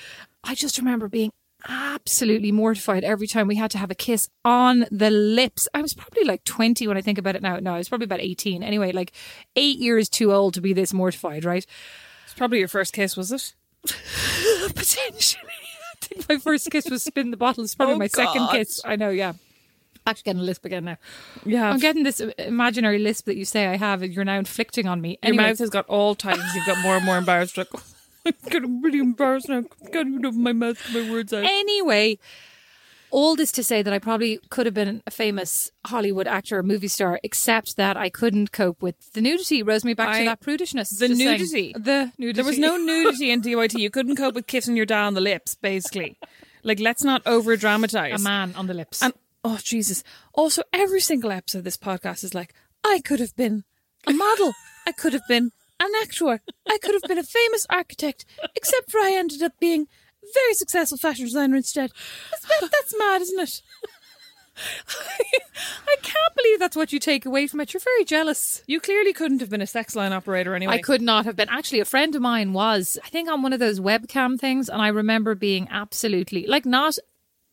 Speaker 2: I just remember being absolutely mortified every time we had to have a kiss on the lips. I was probably like 20 when I think about it now. No, I was probably about 18. Anyway, like eight years too old to be this mortified, right?
Speaker 1: It's probably your first kiss, was it?
Speaker 2: potentially. I think my first kiss was spin the bottle. It's probably
Speaker 1: Oh,
Speaker 2: my second
Speaker 1: God.
Speaker 2: kiss. I know, yeah. actually getting a lisp again now.
Speaker 1: Yeah.
Speaker 2: I'm getting this imaginary lisp that you say I have. and You're now inflicting on me.
Speaker 1: Your
Speaker 2: Anyway,
Speaker 1: mouth has got all tight as you've got more and more embarrassed. Like, I'm getting really embarrassed now. I can't even open my mouth to get my words out.
Speaker 2: Anyway, all this to say that I probably could have been a famous Hollywood actor or movie star, except that I couldn't cope with the nudity. It Rose me back
Speaker 1: I-
Speaker 2: to that prudishness.
Speaker 1: The
Speaker 2: Just saying.
Speaker 1: nudity.
Speaker 2: The nudity.
Speaker 1: There was no nudity in DYT. You couldn't cope with kissing your dad on the lips, basically. Like, let's not over
Speaker 2: a
Speaker 1: dramatize.
Speaker 2: man on the lips.
Speaker 1: And oh Jesus! Also, every single episode of this podcast is like, I could have been a model. I could have been an actor. I could have been a famous architect. Except for I ended up being a very successful fashion designer instead. That's, that- that's mad, isn't it?
Speaker 2: I can't believe that's what you take away from it. You're very jealous.
Speaker 1: You clearly couldn't have been a sex line operator anyway.
Speaker 2: I could not have been. Actually, a friend of mine was, I think, on one of those webcam things, and I remember being absolutely like not.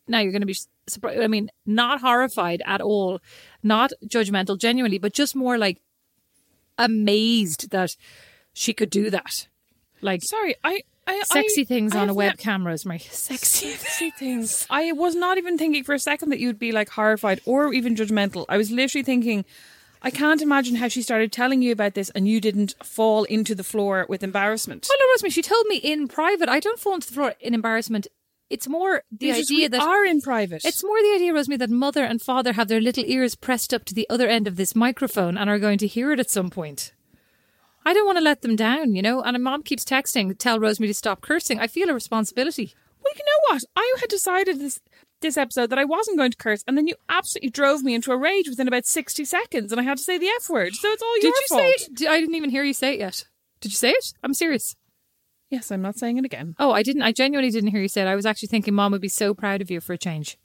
Speaker 2: Now you're going to be surprised. I mean, not horrified at all, not judgmental, genuinely, but just more like amazed that she could do that. Like
Speaker 1: Sorry, I. I
Speaker 2: sexy
Speaker 1: I-
Speaker 2: things
Speaker 1: I
Speaker 2: on a
Speaker 1: have
Speaker 2: webcam, Rosemary. Sexy.
Speaker 1: Sexy things. I was not even thinking for a second that you'd be like horrified or even judgmental. I was literally thinking, I can't imagine how she started telling you about this and you didn't fall into the floor with embarrassment.
Speaker 2: Well, no, Rosemary, she told me in private. I don't fall into the floor in embarrassment. It's more the
Speaker 1: Because we
Speaker 2: idea that
Speaker 1: are in private.
Speaker 2: It's more the idea, Rosemary, that mother and father have their little ears pressed up to the other end of this microphone and are going to hear it at some point. I don't want to let them down, you know. And a mom keeps texting, tell Rosemary to stop cursing. I feel a responsibility.
Speaker 1: well, you know what? I had decided this this episode that I wasn't going to curse, and then you absolutely drove me into a rage within about sixty seconds, and I had to say the f word. So it's all your
Speaker 2: Did you
Speaker 1: fault.
Speaker 2: say it? Did- I didn't even hear you say it yet. Did you say it? I'm serious.
Speaker 1: Yes, I'm not saying it again.
Speaker 2: Oh, I didn't. I genuinely didn't hear you say it. I was actually thinking mom would be so proud of you for a change.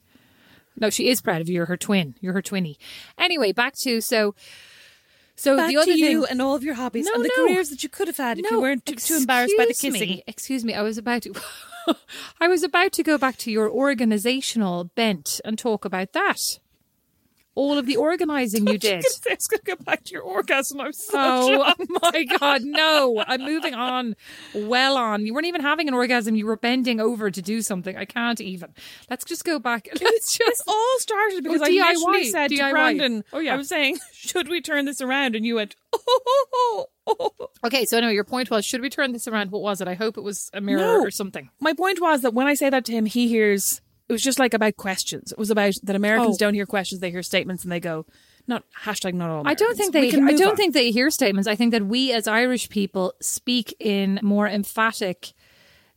Speaker 2: No, she is proud of you. You're her twin. You're her twinny. Anyway, back to so.
Speaker 1: Oh,
Speaker 2: So the other thing,
Speaker 1: and all of your hobbies
Speaker 2: No, no.
Speaker 1: that you could have had
Speaker 2: excuse me, Excuse me, I was about to I was about to go back to your organizational bent and talk about that. All of the organizing you did.
Speaker 1: I was going to go back to your orgasm. I'm so
Speaker 2: Oh my god, no. I'm moving on. Well on. You weren't even having an orgasm, you were bending over to do something. I can't even. Let's just go back. Let's
Speaker 1: This
Speaker 2: just
Speaker 1: all started because Oh, I
Speaker 2: DIY,
Speaker 1: literally said to
Speaker 2: DIY.
Speaker 1: Brandon,
Speaker 2: Oh, yeah.
Speaker 1: I was saying, should we turn this around? And you went, oh, oh, oh, oh.
Speaker 2: Okay, so anyway, your point was should we turn this around? What was it? I hope it was a mirror
Speaker 1: No.
Speaker 2: or something.
Speaker 1: My point was that when I say that to him, he hears, it was just like about questions. It was about that Americans
Speaker 2: Oh.
Speaker 1: don't hear questions, they hear statements and they go, not hashtag not all.
Speaker 2: I don't
Speaker 1: Americans.
Speaker 2: think
Speaker 1: We
Speaker 2: they.
Speaker 1: can
Speaker 2: I
Speaker 1: move
Speaker 2: don't
Speaker 1: on.
Speaker 2: think they hear statements. I think that we as Irish people speak in more emphatic,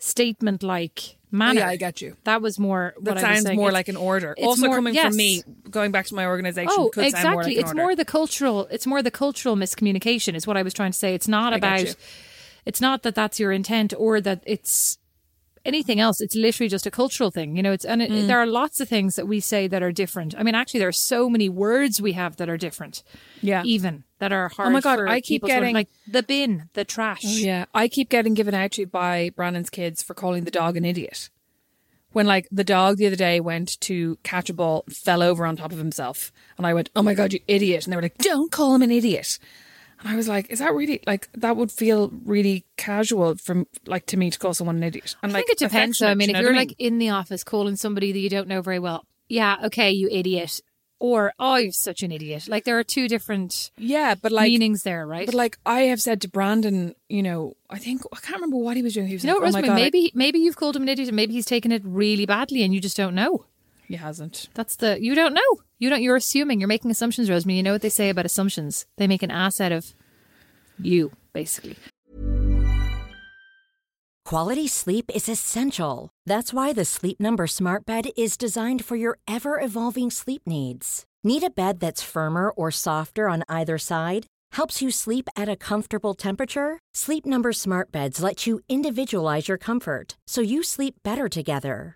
Speaker 2: statement-like manner.
Speaker 1: yeah, I get you.
Speaker 2: That was more. what
Speaker 1: that
Speaker 2: I was
Speaker 1: sounds
Speaker 2: saying.
Speaker 1: more
Speaker 2: It's-
Speaker 1: like an order.
Speaker 2: it's
Speaker 1: Also
Speaker 2: more-
Speaker 1: coming
Speaker 2: yes.
Speaker 1: from me, going back to my organization,
Speaker 2: Oh,
Speaker 1: could
Speaker 2: exactly.
Speaker 1: sound more like an
Speaker 2: it's
Speaker 1: order.
Speaker 2: more the cultural. It's more the cultural miscommunication. Is what I was trying to say. It's not
Speaker 1: get you.
Speaker 2: about. It's not that that's your intent or that it's anything else. It's literally just a cultural thing, you know. It's and it,
Speaker 1: Mm.
Speaker 2: there are lots of things that we say that are different. I mean, actually, there are so many words we have that are different.
Speaker 1: Yeah.
Speaker 2: even that are hard.
Speaker 1: my God,
Speaker 2: for
Speaker 1: I keep
Speaker 2: people to learn,
Speaker 1: getting-
Speaker 2: like the bin, the trash.
Speaker 1: Yeah, I keep getting given out to by Brandon's kids for calling the dog an idiot. When like the dog the other day went to catch a ball, fell over on top of himself, and I went, "Oh my god, you idiot!" And they were like, "Don't call him an idiot." And I was like, "Is that really like that would feel really casual from like to me to call someone an idiot?" And
Speaker 2: I
Speaker 1: like,
Speaker 2: think it depends. Though. I
Speaker 1: affectionate,
Speaker 2: mean,
Speaker 1: you
Speaker 2: if
Speaker 1: know
Speaker 2: you're
Speaker 1: what I
Speaker 2: like in the office calling somebody that you don't know very well, yeah, okay, you idiot, or oh, you're such an idiot. Like there are two different
Speaker 1: mean? yeah, but like
Speaker 2: meanings there, right?
Speaker 1: but like I have said to Brandon, you know, I think I can't remember what he was doing. He was
Speaker 2: you know,
Speaker 1: like,
Speaker 2: what,
Speaker 1: "Oh my
Speaker 2: Rosemary,
Speaker 1: god, I-"
Speaker 2: maybe maybe you've called him an idiot, and maybe he's taken it really badly, and you just don't know.
Speaker 1: he hasn't."
Speaker 2: That's the you don't know. You don't. You're assuming. You're making assumptions, Rosemary. You know what they say about assumptions? They make an ass out of you, basically.
Speaker 3: Quality sleep is essential. That's why the Sleep Number Smart Bed is designed for your ever evolving sleep needs. Need a bed that's firmer or softer on either side? Helps you sleep at a comfortable temperature? Sleep Number Smart Beds let you individualize your comfort so you sleep better together.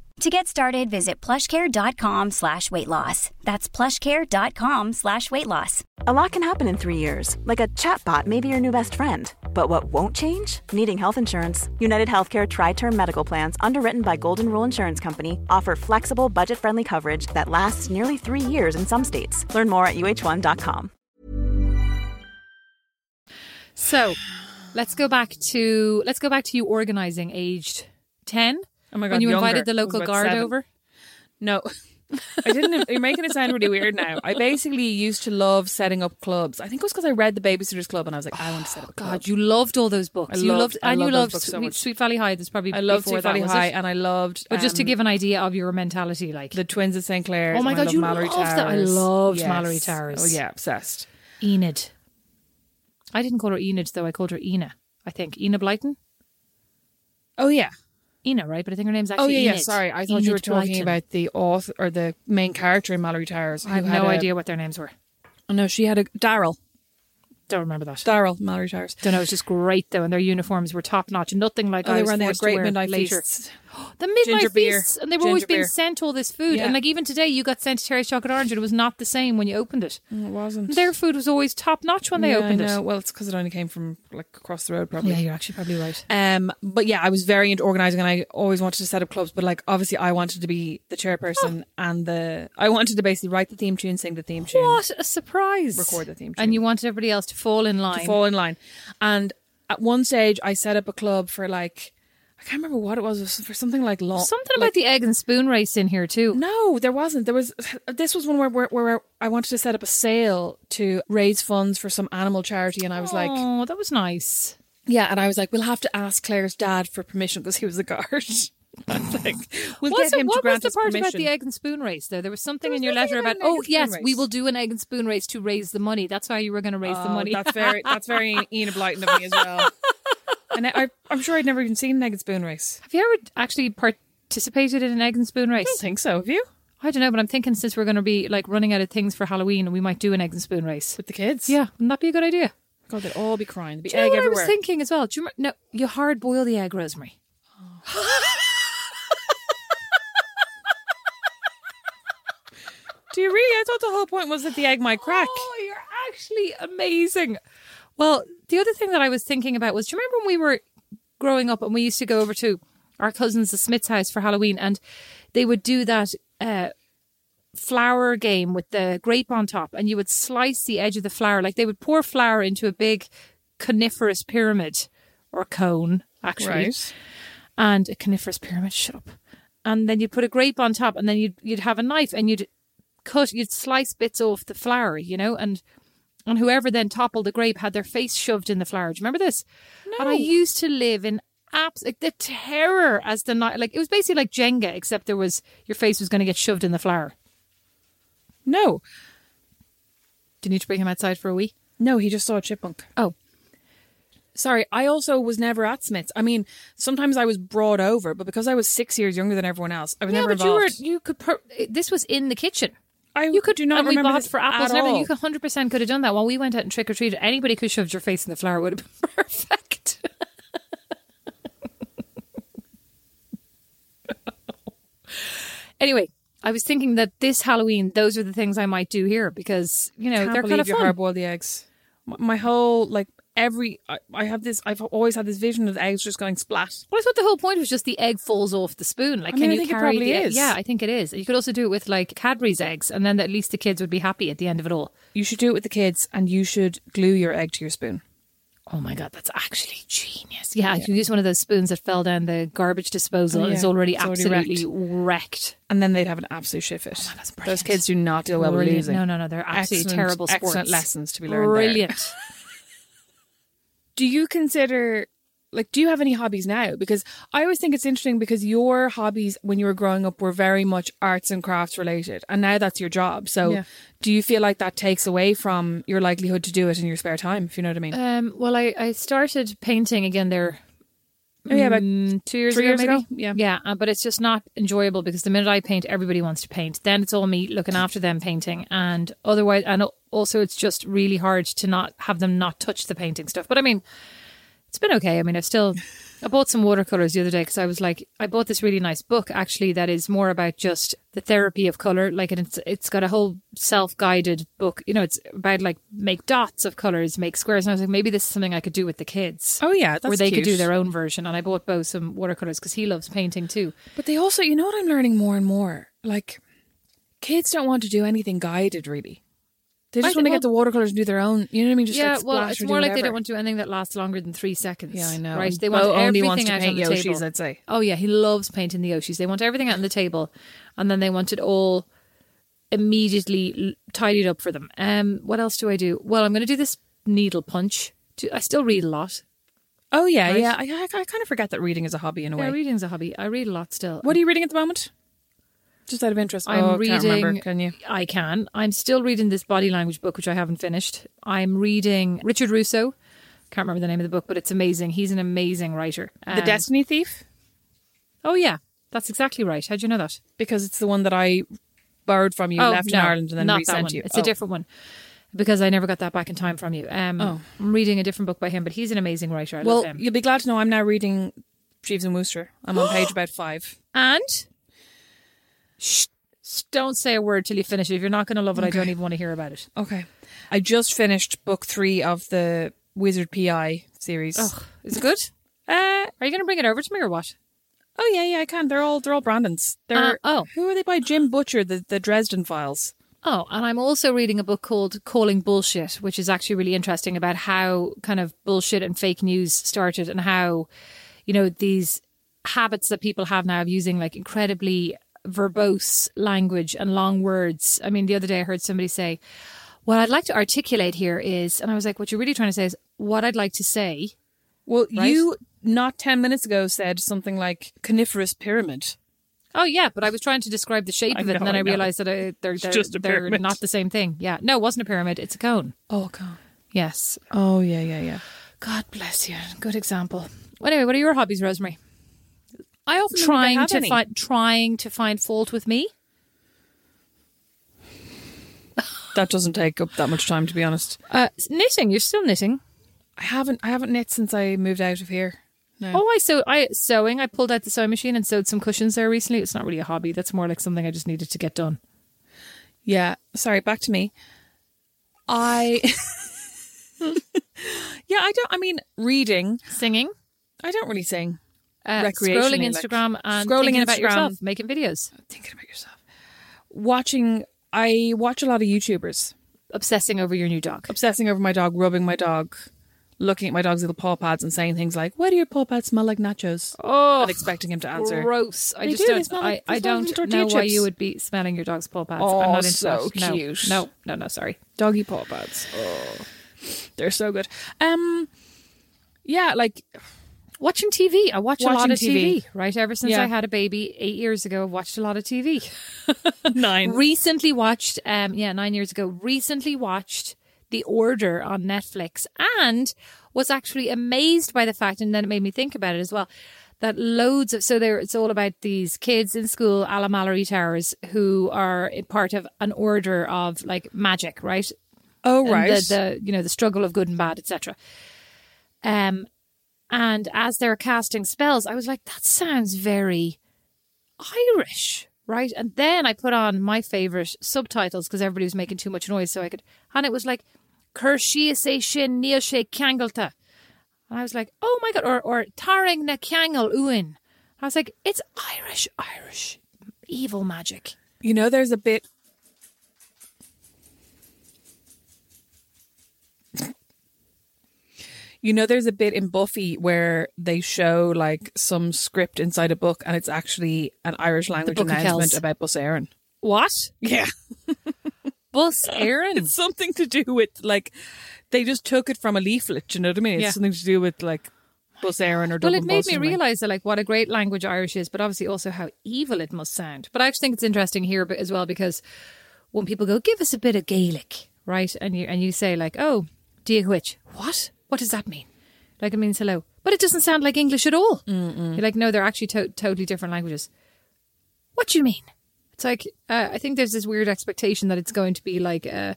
Speaker 4: To get started, visit plushcare.com slash weight loss. That's plushcare.com slash weight loss.
Speaker 5: A lot can happen in three years, like a chatbot may be your new best friend. But what won't change? Needing health insurance. United Healthcare Tri Term Medical Plans, underwritten by Golden Rule Insurance Company, offer flexible, budget friendly coverage that lasts nearly three years in some states. Learn more at uh1.com.
Speaker 2: So let's go back to let's go back to you organizing aged ten.
Speaker 1: Oh my God,
Speaker 2: When you
Speaker 1: younger.
Speaker 2: invited the
Speaker 1: I was
Speaker 2: local
Speaker 1: about
Speaker 2: guard
Speaker 1: seven.
Speaker 2: over.
Speaker 1: No. I didn't. You're making it sound really weird now. I basically used to love setting up clubs. I think it was because I read the Babysitters Club and I was like, I want to set up a club.
Speaker 2: God, you loved all those books.
Speaker 1: I
Speaker 2: you
Speaker 1: loved- I
Speaker 2: and you loved
Speaker 1: love those books so
Speaker 2: Sweet,
Speaker 1: much.
Speaker 2: Sweet Valley High. That's probably
Speaker 1: I loved
Speaker 2: before
Speaker 1: Sweet
Speaker 2: that,
Speaker 1: Valley
Speaker 2: was
Speaker 1: High
Speaker 2: it?
Speaker 1: and I loved.
Speaker 2: But just to
Speaker 1: um,
Speaker 2: give an idea of your mentality, like
Speaker 1: the twins of St Clair.
Speaker 2: Oh my God,
Speaker 1: I love
Speaker 2: you
Speaker 1: Mallory
Speaker 2: loved
Speaker 1: Towers.
Speaker 2: that. I loved Mallory Towers.
Speaker 1: Oh yeah, obsessed.
Speaker 2: Enid. I didn't call her Enid though. I called her Ina. I think Ina Blyton.
Speaker 1: Oh yeah.
Speaker 2: Ina, right? But I think her name's actually.
Speaker 1: Oh yeah, yeah.
Speaker 2: Enid.
Speaker 1: Sorry, I thought
Speaker 2: Enid
Speaker 1: you were talking
Speaker 2: Blyton.
Speaker 1: about the author or the main character in Mallory Towers.
Speaker 2: I have
Speaker 1: who had
Speaker 2: no
Speaker 1: a-
Speaker 2: idea what their names were.
Speaker 1: No, she had a Daryl.
Speaker 2: Don't remember that.
Speaker 1: Daryl Mallory Towers.
Speaker 2: Don't know. It's just great though, and their uniforms were top notch. Nothing like
Speaker 1: Oh,
Speaker 2: I
Speaker 1: they
Speaker 2: was
Speaker 1: were on the
Speaker 2: forced to
Speaker 1: Great
Speaker 2: wear
Speaker 1: Midnight
Speaker 2: later.
Speaker 1: Feasts.
Speaker 2: The midnight
Speaker 1: Ginger beer.
Speaker 2: feasts, and they were always
Speaker 1: Ginger
Speaker 2: being
Speaker 1: beer.
Speaker 2: sent all this food. And
Speaker 1: Yeah.
Speaker 2: like even today, you got sent Terry's chocolate orange, and it was not the same when you opened it.
Speaker 1: It wasn't.
Speaker 2: Their food was always top notch when they
Speaker 1: Mm. yeah,
Speaker 2: opened
Speaker 1: I know.
Speaker 2: it.
Speaker 1: Well, it's because it only came from like across the road, probably.
Speaker 2: Yeah, you're actually probably right.
Speaker 1: Um, but yeah, I was very into organizing, and I always wanted to set up clubs. But like, obviously, I wanted to be the
Speaker 2: Oh.
Speaker 1: chairperson and the I wanted to basically write the theme tune, sing the theme tune,
Speaker 2: What a surprise!
Speaker 1: record the theme tune,
Speaker 2: and you wanted everybody else to fall in line.
Speaker 1: to fall in line. And at one stage, I set up a club for like I can't remember what it was, it was for something like long.
Speaker 2: Something about the egg and spoon race in here too.
Speaker 1: No, there wasn't. There was this was one where, where where I wanted to set up a sale to raise funds for some animal charity, and I was like,
Speaker 2: oh, that was nice.
Speaker 1: Yeah, and I was like, we'll have to ask Claire's dad for permission because he was a guard. I was like, we'll
Speaker 2: Was
Speaker 1: get
Speaker 2: it-
Speaker 1: him to
Speaker 2: what was
Speaker 1: grant
Speaker 2: the
Speaker 1: us
Speaker 2: part
Speaker 1: permission.
Speaker 2: about the egg and spoon race though? There was something
Speaker 1: There
Speaker 2: in
Speaker 1: was
Speaker 2: your
Speaker 1: nothing
Speaker 2: letter about,
Speaker 1: about an egg
Speaker 2: oh
Speaker 1: and spoon
Speaker 2: yes, we
Speaker 1: race."
Speaker 2: will do an egg and spoon race to raise the money. That's how you were going to raise the
Speaker 1: Oh,
Speaker 2: money.
Speaker 1: That's very that's very Ena Blyton of me as well. And I, I'm sure I'd never even seen Naked Spoon Race.
Speaker 2: Have you ever actually participated in an egg and spoon race?
Speaker 1: I don't think so. Have you?
Speaker 2: I don't know, but I'm thinking since we're going to be like running out of things for Halloween, we might do an egg and spoon race.
Speaker 1: With the kids?
Speaker 2: Yeah, wouldn't that be a good idea?
Speaker 1: God, they'd all be crying. There'd be
Speaker 2: Do you know
Speaker 1: egg
Speaker 2: what
Speaker 1: everywhere.
Speaker 2: I was thinking as well? Do you remember? No, you hard boil the egg, Rosemary.
Speaker 1: Do you really? I thought the whole point was that the egg might crack.
Speaker 2: Oh, you're actually amazing. Well, the other thing that I was thinking about was do you remember when we were growing up and we used to go over to our cousins, the Smith's house for Halloween, and they would do that uh, flour game with the grape on top, and you would slice the edge of the flour. Like they would pour flour into a big coniferous pyramid or cone, actually and a coniferous pyramid. Shut up. And then you'd put a grape on top, and then you'd you'd have a knife, and you'd cut, you'd slice bits off the flower, you know, and and whoever then toppled the grape had their face shoved in the flower. Do you remember this? No. And I used to live in abs like the terror as the night, like it was basically like Jenga, except there was your face was going to get shoved in the flower.
Speaker 1: No.
Speaker 2: Do you need to bring him outside for a wee?
Speaker 1: No, he just saw a chipmunk.
Speaker 2: Oh.
Speaker 1: Sorry, I also was never at Smith's. I mean, sometimes I was brought over, but because I was six years younger than everyone else, I was
Speaker 2: yeah,
Speaker 1: never
Speaker 2: but you were
Speaker 1: involved.
Speaker 2: you could. Per- this was in the kitchen.
Speaker 1: I
Speaker 2: You could
Speaker 1: do not
Speaker 2: and
Speaker 1: remember
Speaker 2: we bought
Speaker 1: this
Speaker 2: for apples
Speaker 1: at
Speaker 2: and everything.
Speaker 1: all.
Speaker 2: You could hundred percent could have done that. While we went out and trick or treated, anybody could have shoved your face in the flour. It Would have been perfect. anyway, I was thinking that this Halloween, those are the things I might do here because you know
Speaker 1: Can't
Speaker 2: they're
Speaker 1: believe
Speaker 2: kind of
Speaker 1: you
Speaker 2: fun.
Speaker 1: hard boil the eggs. My, my whole like every I, I have this. I've always had this vision of the eggs just going splat.
Speaker 2: Well, I thought the whole point was just the egg falls off the spoon. Like,
Speaker 1: I
Speaker 2: can
Speaker 1: mean, I
Speaker 2: you
Speaker 1: think it
Speaker 2: carry
Speaker 1: probably
Speaker 2: the egg?
Speaker 1: is.
Speaker 2: Yeah, I think it is. You could also do it with like Cadbury's eggs, and then at least the kids would be happy at the end of it all.
Speaker 1: You should do it with the kids, and you should glue your egg to your spoon.
Speaker 2: Oh my god, that's actually genius. Yeah, I can use one of those spoons that fell down the garbage disposal.
Speaker 1: Oh, Yeah,
Speaker 2: it's already
Speaker 1: it's already
Speaker 2: absolutely wrecked.
Speaker 1: And then they'd have an absolute shit fit. Those kids do not deal well with
Speaker 2: Brilliant.
Speaker 1: losing.
Speaker 2: No, no, no, they're absolutely
Speaker 1: Excellent-
Speaker 2: terrible sports.
Speaker 1: excellent lessons to be learned there.
Speaker 2: Brilliant.
Speaker 1: Do you consider like do you have any hobbies now? Because I always think it's interesting because your hobbies when you were growing up were very much arts and crafts related, and now that's your job. So
Speaker 2: Yeah.
Speaker 1: do you feel like that takes away from your likelihood to do it in your spare time? If you know what I mean?
Speaker 2: um, well, I, I started painting again there
Speaker 1: oh yeah, but
Speaker 2: mm, two years
Speaker 1: three
Speaker 2: ago,
Speaker 1: years
Speaker 2: maybe.
Speaker 1: ago? Yeah.
Speaker 2: yeah, uh, but it's just not enjoyable because the minute I paint, everybody wants to paint. Then it's all me looking after them painting, and otherwise, and al- also it's just really hard to not have them not touch the painting stuff. But I mean, it's been okay. I mean, I've still I bought some watercolors the other day because I was like, I bought this really nice book actually that is more about just the therapy of color. Like, and it's it's got a whole self guided book. You know, it's about like make dots of colors, make squares. And I was like, maybe this is something I could do with the kids
Speaker 1: oh yeah, that's
Speaker 2: where they could do
Speaker 1: cute.
Speaker 2: their own version. And I bought Bo some watercolors because he loves painting too.
Speaker 1: But they also, you know what I'm learning more and more? Like, kids don't want to do anything guided, really. They just
Speaker 2: I-
Speaker 1: want to
Speaker 2: well-
Speaker 1: get the watercolors and do their own. You know what I mean? Just
Speaker 2: yeah,
Speaker 1: like
Speaker 2: well,
Speaker 1: splash
Speaker 2: it's
Speaker 1: or do
Speaker 2: more like they
Speaker 1: whatever.
Speaker 2: don't want to do anything that lasts longer than three seconds.
Speaker 1: Yeah, I know.
Speaker 2: Right?
Speaker 1: And
Speaker 2: They want
Speaker 1: Bo only
Speaker 2: everything
Speaker 1: wants to
Speaker 2: out
Speaker 1: paint
Speaker 2: on the
Speaker 1: Yoshis,
Speaker 2: table.
Speaker 1: I'd say.
Speaker 2: Oh yeah, he loves painting the Yoshis. They want everything out on the table, and then they want it all immediately l- tidied up for them. Um, what else do I do? Well, I'm going to do this needle punch. Do, I still read a lot.
Speaker 1: Oh yeah, yeah. I, I, I kind of forget that reading is a hobby in a
Speaker 2: Yeah,
Speaker 1: way.
Speaker 2: reading's a hobby. I read a lot still.
Speaker 1: what are you reading at the moment? Just out of interest.
Speaker 2: I'm
Speaker 1: oh, I
Speaker 2: reading.
Speaker 1: Can't remember, can you?
Speaker 2: I can. I'm still reading this body language book, which I haven't finished. I'm reading Richard Russo. Can't remember the name of the book, but it's amazing. He's an amazing writer.
Speaker 1: the
Speaker 2: Um,
Speaker 1: Destiny Thief,
Speaker 2: Oh yeah, that's exactly right. How'd you know that?
Speaker 1: because it's the one that I borrowed from you,
Speaker 2: oh,
Speaker 1: left
Speaker 2: no,
Speaker 1: in Ireland, and then
Speaker 2: not that
Speaker 1: resent
Speaker 2: one.
Speaker 1: you.
Speaker 2: It's
Speaker 1: Oh.
Speaker 2: a different one because I never got that back in time from you. Um,
Speaker 1: Oh.
Speaker 2: I'm reading a different book by him, but he's an amazing writer. I
Speaker 1: Well,
Speaker 2: love him.
Speaker 1: you'll be glad to know I'm now reading Jeeves and Wooster. I'm on page about five.
Speaker 2: and shh, s- don't say a word till you finish it. If you're not going to love it, I don't even want to hear about it.
Speaker 1: Okay. I just finished book three of the Wizard PI series.
Speaker 2: Ugh, is it good?
Speaker 1: Uh,
Speaker 2: Are you going to bring it over to me or what?
Speaker 1: oh yeah, yeah, I can. They're all they're all Brandon's. They're
Speaker 2: Uh, oh.
Speaker 1: who are they by? Jim Butcher, the, the Dresden Files.
Speaker 2: Oh, and I'm also reading a book called Calling Bullshit, which is actually really interesting about how kind of bullshit and fake news started and how, you know, these habits that people have now of using like incredibly verbose language and long words. I mean, the other day I heard somebody say, What I'd like to articulate here is, and I was like, What you're really trying to say is what I'd like to say.
Speaker 1: Well, you not ten minutes ago said something like coniferous pyramid.
Speaker 2: Oh yeah, but I was trying to describe the shape
Speaker 1: I
Speaker 2: of it,
Speaker 1: know,
Speaker 2: and then
Speaker 1: I
Speaker 2: I,
Speaker 1: know.
Speaker 2: realized that I, they're they're,
Speaker 1: just a
Speaker 2: they're
Speaker 1: pyramid.
Speaker 2: not the same thing. Yeah, no, it wasn't a pyramid; it's a cone.
Speaker 1: Oh god.
Speaker 2: Yes,
Speaker 1: Oh yeah, yeah, yeah.
Speaker 2: God bless you. Good example. Well, anyway, what are your hobbies, Rosemary?
Speaker 1: I often don't think I
Speaker 2: Trying
Speaker 1: have
Speaker 2: to
Speaker 1: any.
Speaker 2: find trying to find fault with me.
Speaker 1: that doesn't take up that much time to be honest.
Speaker 2: Uh, knitting. You're still knitting.
Speaker 1: I haven't I haven't knit since I moved out of here. No.
Speaker 2: Oh, I sew. I sewing. I pulled out the sewing machine and sewed some cushions there recently. It's not really a hobby. That's more like something I just needed to get done.
Speaker 1: Yeah. Sorry, back to me. I Yeah, I don't I mean reading.
Speaker 2: Singing.
Speaker 1: I don't really sing.
Speaker 2: Uh,
Speaker 1: Recreationally,
Speaker 2: scrolling
Speaker 1: like-
Speaker 2: Instagram and
Speaker 1: Scrolling
Speaker 2: thinking about
Speaker 1: Instagram.
Speaker 2: yourself, making videos,
Speaker 1: Thinking about yourself. Watching I watch a lot of YouTubers
Speaker 2: obsessing over your new dog.
Speaker 1: obsessing over my dog, rubbing my dog, looking at my dog's little paw pads and saying things like, Why do your paw pads smell like nachos?
Speaker 2: Oh,
Speaker 1: and expecting him to answer.
Speaker 2: Gross. I
Speaker 1: They
Speaker 2: just
Speaker 1: do, they
Speaker 2: don't.
Speaker 1: smell
Speaker 2: I,
Speaker 1: like- they
Speaker 2: I
Speaker 1: smell like
Speaker 2: don't
Speaker 1: tortilla
Speaker 2: know why
Speaker 1: chips.
Speaker 2: you would be smelling your dog's paw pads.
Speaker 1: Oh,
Speaker 2: I'm not into
Speaker 1: so
Speaker 2: that. No,
Speaker 1: cute.
Speaker 2: No, no, no. Sorry.
Speaker 1: Doggy paw pads. Oh. They're so good. Um yeah, like
Speaker 2: Watching TV. I watch a lot
Speaker 1: Watching
Speaker 2: of TV.
Speaker 1: TV.
Speaker 2: right? Ever since
Speaker 1: Yeah.
Speaker 2: I had a baby eight years ago, I've watched a lot of TV.
Speaker 1: nine.
Speaker 2: Recently watched, um, yeah, nine years ago, recently watched The Order on Netflix and was actually amazed by the fact, and then it made me think about it as well. That loads of so there it's all about these kids in school, a la Mallory Towers, who are a part of an order of like magic, right?
Speaker 1: oh
Speaker 2: and
Speaker 1: right.
Speaker 2: the, the you know the struggle of good and bad etc um and as they're casting spells i was like that sounds very irish right and then i put on my favorite subtitles because everybody was making too much noise so i could and it was like kershia se shin neoshe kangelta and i was like oh my god or or taring na kangel uin i was like it's irish irish evil magic
Speaker 1: you know, there's a bit You know, there's a bit in Buffy where they show like some script inside a book, and it's actually an Irish language
Speaker 2: Book of
Speaker 1: announcement
Speaker 2: Kells.
Speaker 1: about Bus Aaron.
Speaker 2: What?
Speaker 1: Yeah,
Speaker 2: Bus Aaron.
Speaker 1: it's something to do with like they just took it from a leaflet. do You know what I mean? It's
Speaker 2: Yeah.
Speaker 1: something to do with like Bus Aaron or
Speaker 2: Well, it
Speaker 1: Dublin
Speaker 2: made
Speaker 1: Bus
Speaker 2: me
Speaker 1: and, like-
Speaker 2: realize that like what a great language Irish is, but obviously also how evil it must sound. But I actually think it's interesting here but as well because when people go, "Give us a bit of Gaelic," right, and you and you say like, "Oh, dear which what? What does that mean?" Like it means hello, but it doesn't sound like English at all. You're like, no, they're actually to- totally different languages. What do you mean? It's like uh, I think there's this weird expectation that it's going to be like uh,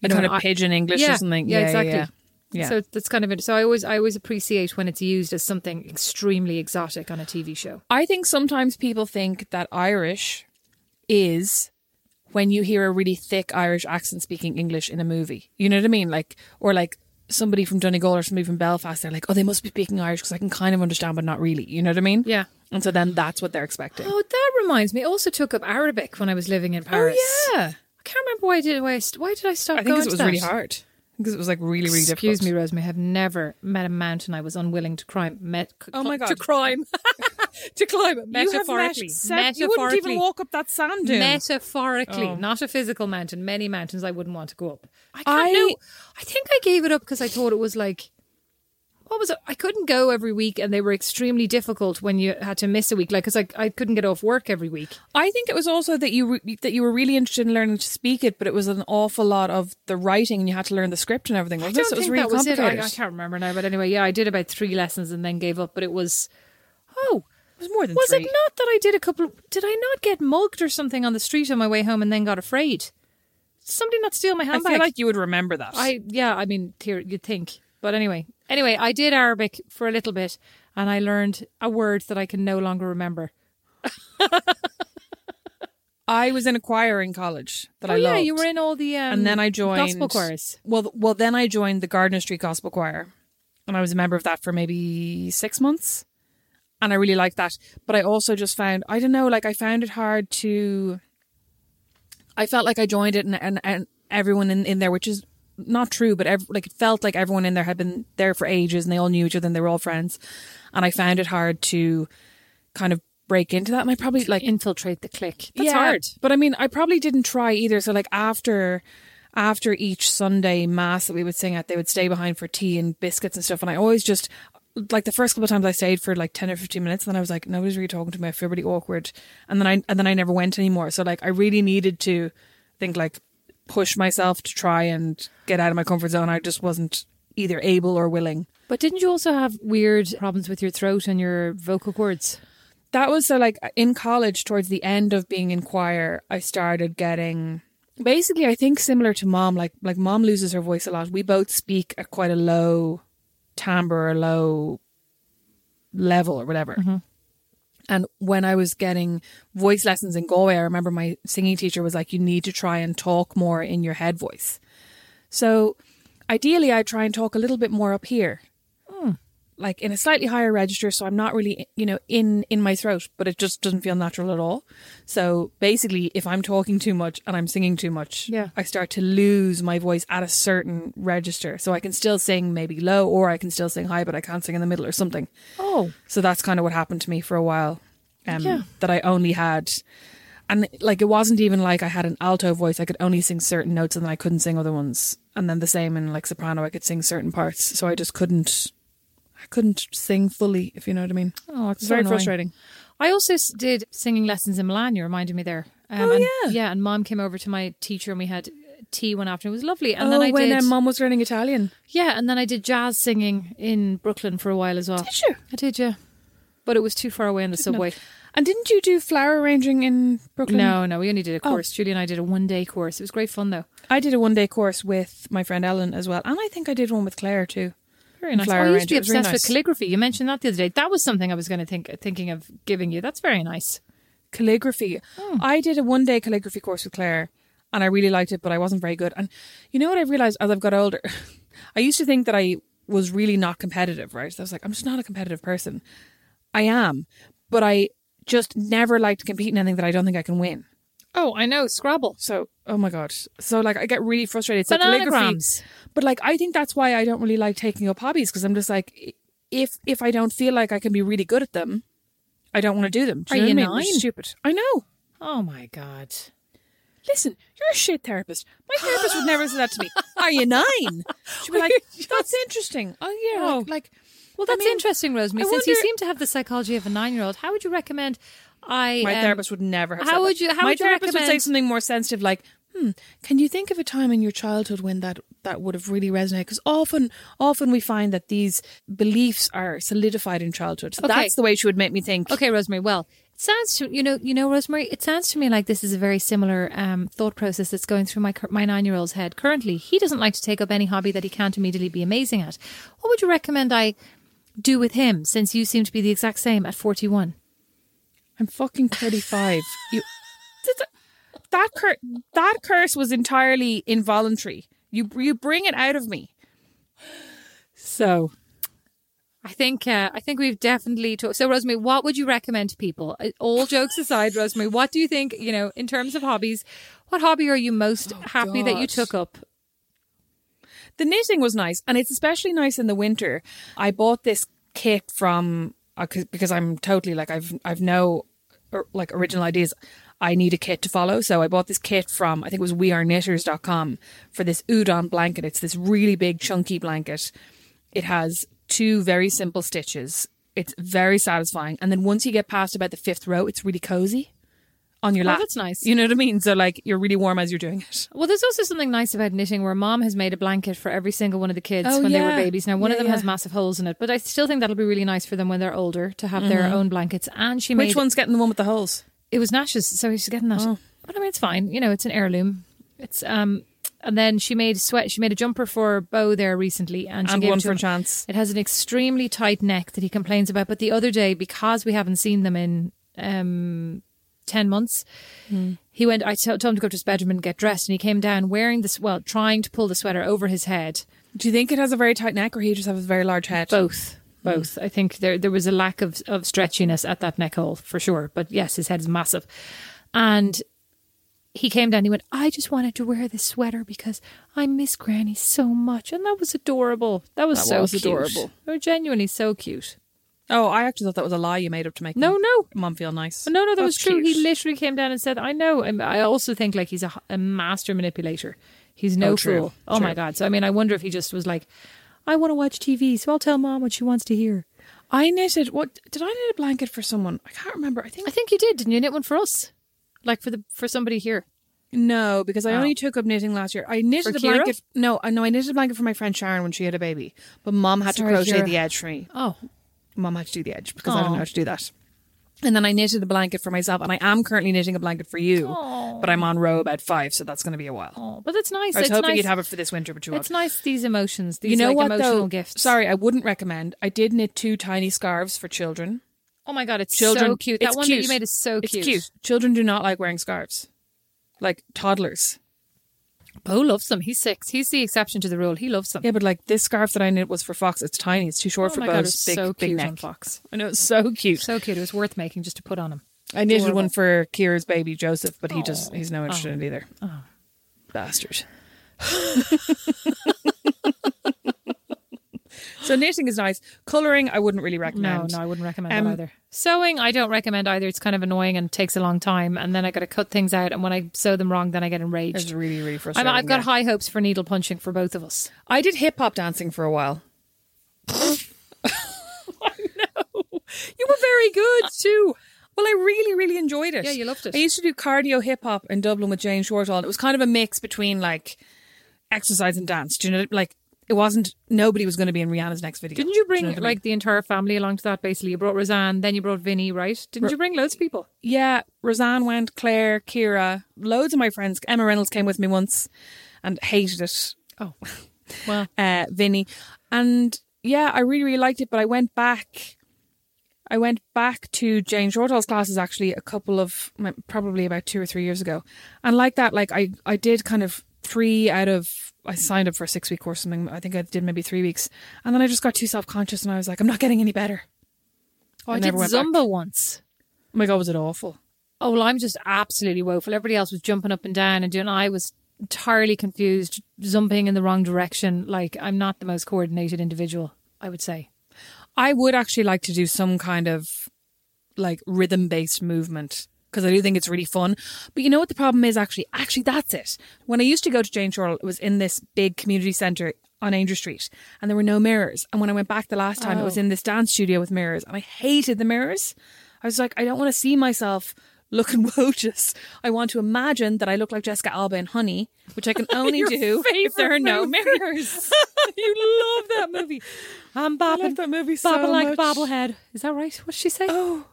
Speaker 2: you
Speaker 1: a
Speaker 2: know,
Speaker 1: kind
Speaker 2: an I-
Speaker 1: of pigeon English or something.
Speaker 2: yeah, exactly.
Speaker 1: Yeah. Yeah.
Speaker 2: So that's kind of it. So I always, I always appreciate when it's used as something extremely exotic on a TV show.
Speaker 1: I think sometimes people think that Irish is when you hear a really thick Irish accent speaking English in a movie. You know what I mean? Like, or like somebody from Donegal or somebody from Belfast, they're like, oh, they must be speaking Irish because I can kind of understand, but not really. You know what I mean?
Speaker 2: Yeah.
Speaker 1: And so then that's what they're expecting.
Speaker 2: Oh, that reminds me. I also took up Arabic when I was living in Paris.
Speaker 1: yeah.
Speaker 2: I can't remember why I did. Why I, st- why did Oh, I stop?
Speaker 1: I think
Speaker 2: going
Speaker 1: 'cause it was
Speaker 2: to that?
Speaker 1: really hard. Because it was like really, really
Speaker 2: Excuse me,
Speaker 1: difficult.
Speaker 2: Rosemary. I have never met a mountain I was unwilling to climb. Met, c-
Speaker 1: Oh my God.
Speaker 2: To climb, to climb. Metaphorically,
Speaker 1: You wouldn't even
Speaker 2: Metaphorically.
Speaker 1: walk up that sand dune.
Speaker 2: Metaphorically,
Speaker 1: Oh.
Speaker 2: not a physical mountain. Many mountains I wouldn't want to go up. I
Speaker 1: I-
Speaker 2: can't know. I think I gave it up because I thought it was like, what was it? I couldn't go every week, and they were extremely difficult when you had to miss a week. Like, because I, I couldn't get off work every week.
Speaker 1: I think it was also that you re- that you were really interested in learning to speak it, but it was an awful lot of the writing, and you had to learn the script and everything.
Speaker 2: I
Speaker 1: wasn't it?
Speaker 2: don't
Speaker 1: So it was
Speaker 2: think
Speaker 1: really
Speaker 2: that was it. I,
Speaker 1: complicated.
Speaker 2: I can't remember now, but anyway, yeah, I did about three lessons and then gave up. But it was, oh,
Speaker 1: It was more than
Speaker 2: was
Speaker 1: three.
Speaker 2: it not that I did a couple? Did I not get mugged or something on the street on my way home and then got afraid? Did somebody not steal my
Speaker 1: I
Speaker 2: handbag?
Speaker 1: feel like you would remember that.
Speaker 2: I yeah, I mean, theor- you'd think, but anyway, anyway, I did Arabic for a little bit, and I learned a word that I can no longer remember.
Speaker 1: I was in a choir in college that
Speaker 2: oh
Speaker 1: I
Speaker 2: yeah,
Speaker 1: loved.
Speaker 2: you were in all the um,
Speaker 1: and then I joined
Speaker 2: gospel chorus.
Speaker 1: Well, th- well, then I joined the Gardner Street Gospel Choir, and I was a member of that for maybe six months, and I really liked that. But I also just found I don't know, like I found it hard to. I felt like I joined it, and and, and everyone in, in there, which is not true, but ev- like it felt like everyone in there had been there for ages, and they all knew each other, and they were all friends, and I found it hard to kind of break into that. And I probably like
Speaker 2: Infiltrate the clique. That's hard.
Speaker 1: but I mean, I probably didn't try either. So like after after each Sunday mass that we would sing at, they would stay behind for tea and biscuits and stuff. And I always just like the first couple of times I stayed for like ten or fifteen minutes, and then I was like, nobody's really talking to me. I feel really awkward. And then I and then I never went anymore. So like I really needed to think like push myself to try and get out of my comfort zone. I just wasn't either able or willing.
Speaker 2: But didn't you also have weird problems with your throat and your vocal cords?
Speaker 1: that was so like in college towards the end of being in choir i started getting basically i think similar to mom like like mom loses her voice a lot we both speak at quite a low timbre or low level or whatever and when i was getting voice lessons in galway i remember my singing teacher was like you need to try and talk more in your head voice so ideally i try and talk a little bit more up here like in a slightly higher register so i'm not really you know in in my throat but it just doesn't feel natural at all so basically if i'm talking too much and i'm singing too much
Speaker 2: Yeah.
Speaker 1: i start to lose my voice at a certain register so i can still sing maybe low or i can still sing high but i can't sing in the middle or something
Speaker 2: Oh,
Speaker 1: so that's kind of what happened to me for a while um, that i only had and like it wasn't even like i had an alto voice i could only sing certain notes and then i couldn't sing other ones and then the same in like soprano i could sing certain parts so i just couldn't i couldn't sing fully if you know what i mean
Speaker 2: oh, it's so
Speaker 1: it's very
Speaker 2: annoying.
Speaker 1: frustrating
Speaker 2: I also s- did singing lessons in Milan. You reminded me there. Um,
Speaker 1: Oh,
Speaker 2: and,
Speaker 1: yeah.
Speaker 2: yeah. And mom came over to my teacher, and we had tea one afternoon. It was lovely. And then I
Speaker 1: when
Speaker 2: did.
Speaker 1: um, mom was learning italian
Speaker 2: Yeah, and then I did jazz singing in Brooklyn for a while as well. Did
Speaker 1: you?
Speaker 2: I did, yeah. But it was too far away on the subway. Oh,
Speaker 1: and didn't you do flower arranging in brooklyn
Speaker 2: No, no, we only did a course. Julie and I did a one day course. It was great fun though.
Speaker 1: i did a one day course with my friend ellen as well and i think i did one with claire too
Speaker 2: Very nice.
Speaker 1: Flower
Speaker 2: I used to be
Speaker 1: arrangement. It was really
Speaker 2: obsessed with
Speaker 1: nice.
Speaker 2: calligraphy. You mentioned that the other day. That was something I was going to think thinking of giving you. That's very nice.
Speaker 1: calligraphy.
Speaker 2: Hmm.
Speaker 1: I did a one day calligraphy course with Claire and I really liked it, but I wasn't very good. And you know what I realized as I've got older? I used to think that I was really not competitive, right? I was like, I'm just not a competitive person. I am, but I just never like to compete in anything that I don't think I can win.
Speaker 2: Oh, I know Scrabble.
Speaker 1: So, oh my god. So like I get really frustrated. It's like calligraphy.
Speaker 2: Bananagrams.
Speaker 1: But like I think that's why I don't really like taking up hobbies because I'm just like if if I don't feel like I can be really good at them, I don't want to do them. Do
Speaker 2: Are
Speaker 1: know
Speaker 2: you
Speaker 1: what I mean? It's
Speaker 2: nine?
Speaker 1: Stupid. I know.
Speaker 2: Oh my god.
Speaker 1: Listen, you're a shit therapist. My therapist would never say that to me. Are you nine? She'd be like, "That's interesting." Oh yeah,
Speaker 2: Oh.
Speaker 1: like, like
Speaker 2: Well, that's
Speaker 1: I mean,
Speaker 2: interesting, Rosemary.
Speaker 1: I
Speaker 2: Since you
Speaker 1: wonder-
Speaker 2: seem to have the psychology of a nine-year-old, how would you recommend I?
Speaker 1: My
Speaker 2: um,
Speaker 1: therapist would never have.
Speaker 2: how
Speaker 1: said
Speaker 2: would
Speaker 1: that.
Speaker 2: you- how
Speaker 1: My
Speaker 2: would you
Speaker 1: therapist would say
Speaker 2: recommend-
Speaker 1: something more sensitive, like, "Hmm, can you think of a time in your childhood when that that would have really resonated?" Because often, often we find that these beliefs are solidified in childhood. So
Speaker 2: Okay.
Speaker 1: That's the way she would make me think.
Speaker 2: Okay, Rosemary. Well, it sounds to you know you know Rosemary. It sounds to me like this is a very similar um, thought process that's going through my cur- my nine year old's head currently. He doesn't like to take up any hobby that he can't immediately be amazing at. What would you recommend I do with him? Since you seem to be the exact same at forty one.
Speaker 1: I'm fucking thirty five. you. That cur- that curse was entirely involuntary. You you bring it out of me.
Speaker 2: So. I think uh, I think we've definitely talked. So, Rosemary, what would you recommend to people? Uh, All jokes aside, Rosemary, what do you think? You know, in terms of hobbies, what hobby are you most
Speaker 1: Oh,
Speaker 2: happy that you
Speaker 1: God.
Speaker 2: took up?
Speaker 1: The knitting was nice, and it's especially nice in the winter. I bought this kit from uh, 'cause- because I'm totally like I've I've no or, like original ideas. I need a kit to follow, so I bought this kit from I think it was weareknitters.com for this udon blanket. It's this really big chunky blanket. It has two very simple stitches. It's very satisfying, and then once you get past about the fifth row, it's really cozy on your
Speaker 2: Oh,
Speaker 1: lap.
Speaker 2: that's nice.
Speaker 1: You know what I mean? So like you're really warm as you're doing it.
Speaker 2: Well, there's also something nice about knitting where mom has made a blanket for every single one of the kids
Speaker 1: Oh,
Speaker 2: when they were
Speaker 1: yeah.
Speaker 2: babies. Now, one of
Speaker 1: Yeah,
Speaker 2: them has
Speaker 1: yeah.
Speaker 2: massive holes in it, but I still think that'll be really nice for them when they're older to have their own blankets. And she made
Speaker 1: Which one's getting the one with the holes? Oh.
Speaker 2: it was Nash's, so he's getting that. But I mean, it's fine. You know, it's an heirloom. It's um, and then she made sweat. She made a jumper for Bo there recently, and she
Speaker 1: And
Speaker 2: gave
Speaker 1: one
Speaker 2: it to
Speaker 1: for
Speaker 2: him.
Speaker 1: Chance.
Speaker 2: It has an extremely tight neck that he complains about. But the other day, because we haven't seen them in um ten months, he went. I t- told him to go to his bedroom and get dressed, and he came down wearing this. Well, trying to pull the sweater over his head.
Speaker 1: Do you think it has a very tight neck, or he just has a very large head?
Speaker 2: Both. Both. I think there there was a lack of, of stretchiness at that neck hole for sure. But yes, his head is massive. And he came down, he went, I just wanted to wear this sweater because I miss Granny so much. And that was adorable. That was
Speaker 1: That
Speaker 2: so
Speaker 1: was
Speaker 2: cute.
Speaker 1: adorable.
Speaker 2: They were genuinely so cute.
Speaker 1: Oh, I actually thought that was a lie you made up to make.
Speaker 2: No,
Speaker 1: m-
Speaker 2: no.
Speaker 1: mum feel nice.
Speaker 2: But no, no, that
Speaker 1: That's
Speaker 2: was true.
Speaker 1: cute.
Speaker 2: He literally came down and said, I know. And I also think like he's a, a master manipulator. He's no
Speaker 1: Oh, true.
Speaker 2: fool. Oh my
Speaker 1: True.
Speaker 2: God. So, I mean, I wonder if he just was like, I want to watch TV, so I'll tell mom what she wants to hear.
Speaker 1: I knitted. What did I knit a blanket for someone? I can't remember. I think
Speaker 2: I think you did, didn't you? Knit one for us, like for the for somebody here.
Speaker 1: no, because I
Speaker 2: Oh.
Speaker 1: only took up knitting last year. I knitted
Speaker 2: For
Speaker 1: a
Speaker 2: Kira?
Speaker 1: blanket. No, I- no, I knitted a blanket for my friend Sharon when she had a baby. But mum had
Speaker 2: Sorry,
Speaker 1: to crochet
Speaker 2: Kira.
Speaker 1: the edge for me.
Speaker 2: Oh,
Speaker 1: Mum had to do the edge because I don't
Speaker 2: Aw.
Speaker 1: know how to do that. And then I knitted a blanket for myself, and I am currently knitting a blanket for you. But I'm on row about five, so that's going to be a while.
Speaker 2: oh, but it's nice.
Speaker 1: I was
Speaker 2: it's
Speaker 1: hoping
Speaker 2: nice.
Speaker 1: you'd have it for this winter, but you won't.
Speaker 2: It's nice these emotions. These
Speaker 1: you know
Speaker 2: like,
Speaker 1: what
Speaker 2: emotional
Speaker 1: though?
Speaker 2: gifts.
Speaker 1: Sorry, I wouldn't recommend. I did knit two tiny scarves for children.
Speaker 2: Oh my god, it's
Speaker 1: Children,
Speaker 2: so cute. That
Speaker 1: it's
Speaker 2: one that you
Speaker 1: cute.
Speaker 2: made is so cute.
Speaker 1: It's cute. Children do not like wearing scarves, like toddlers.
Speaker 2: Bo loves them. He's six. He's the exception to the rule. He loves them.
Speaker 1: Yeah, but like this scarf that I knit was for Fox. It's tiny. It's too short
Speaker 2: Oh
Speaker 1: for
Speaker 2: my God,
Speaker 1: Bo's
Speaker 2: it's
Speaker 1: big,
Speaker 2: so
Speaker 1: big
Speaker 2: cute
Speaker 1: neck.
Speaker 2: on Fox.
Speaker 1: I know it's so cute.
Speaker 2: So cute. It was worth making just to put on him.
Speaker 1: I knitted
Speaker 2: adorable. Oh.
Speaker 1: one for Kira's baby Joseph, but he just he's no interest in it either. Bastard. so knitting is nice. Coloring, I wouldn't really
Speaker 2: No,
Speaker 1: recommend.
Speaker 2: no, I wouldn't recommend
Speaker 1: Um,
Speaker 2: that either. Sewing, I don't recommend either. It's kind of annoying and takes a long time. And then I got to cut things out. And when I sew them wrong, then I get
Speaker 1: It's
Speaker 2: enraged.
Speaker 1: really, really
Speaker 2: I'm,
Speaker 1: frustrating.
Speaker 2: I've got
Speaker 1: yeah.
Speaker 2: high hopes for needle punching for both of us.
Speaker 1: I did hip hop dancing for a while. I know. You were very good too. Well, I really, really enjoyed it.
Speaker 2: Yeah, you loved it.
Speaker 1: I used to do cardio hip hop in Dublin with Jane Shortall. and It was kind of a mix between like exercise and dance. Do you know? Like it wasn't. Nobody was going to be in Rihanna's next video.
Speaker 2: Didn't you
Speaker 1: Do
Speaker 2: bring
Speaker 1: know what I mean?
Speaker 2: like the entire family along to that? Basically, you brought Roseanne, then you brought Vinny, right? Didn't you bring loads of people?
Speaker 1: Yeah, Roseanne went, Claire, Kira, loads of my friends. Emma Reynolds came with me once, and hated it.
Speaker 2: Oh, well,
Speaker 1: uh, Vinny. And yeah, I really, really liked it, but I went back. I went back to Jane Shortall's classes actually a couple of mm, probably about two or three years ago, and like that, like I I did kind of three out of I signed up for a six week course or something. I think I did maybe three weeks, and then I just got too self conscious, and I was like, I'm not getting any better.
Speaker 2: oh,
Speaker 1: I
Speaker 2: I did
Speaker 1: never went back.
Speaker 2: Zumba once.
Speaker 1: Oh my god, was it awful?
Speaker 2: oh, well, I'm just absolutely woeful. Everybody else was jumping up and down and doing, I was entirely confused, jumping in the wrong direction. Like, I'm not the most coordinated individual, I would say.
Speaker 1: I would actually like to do some kind of like rhythm based movement because I do think it's really fun. But you know what the problem is actually? Actually, that's it. When I used to go to Jane Shortle, it was in this big community centre on Angel Street and there were no mirrors. And when I went back the last time, it
Speaker 2: Oh.
Speaker 1: was in this dance studio with mirrors and I hated the mirrors. I was like, I don't want to see myself looking wojeous. I want to imagine that I look like Jessica Alba in Honey, which I can only do if there are no mirrors.
Speaker 2: you love that movie. I'm bobbing.
Speaker 1: love that movie
Speaker 2: bobbing
Speaker 1: so
Speaker 2: like
Speaker 1: much.
Speaker 2: bobblehead. Is that right? What'd she say?
Speaker 1: Oh,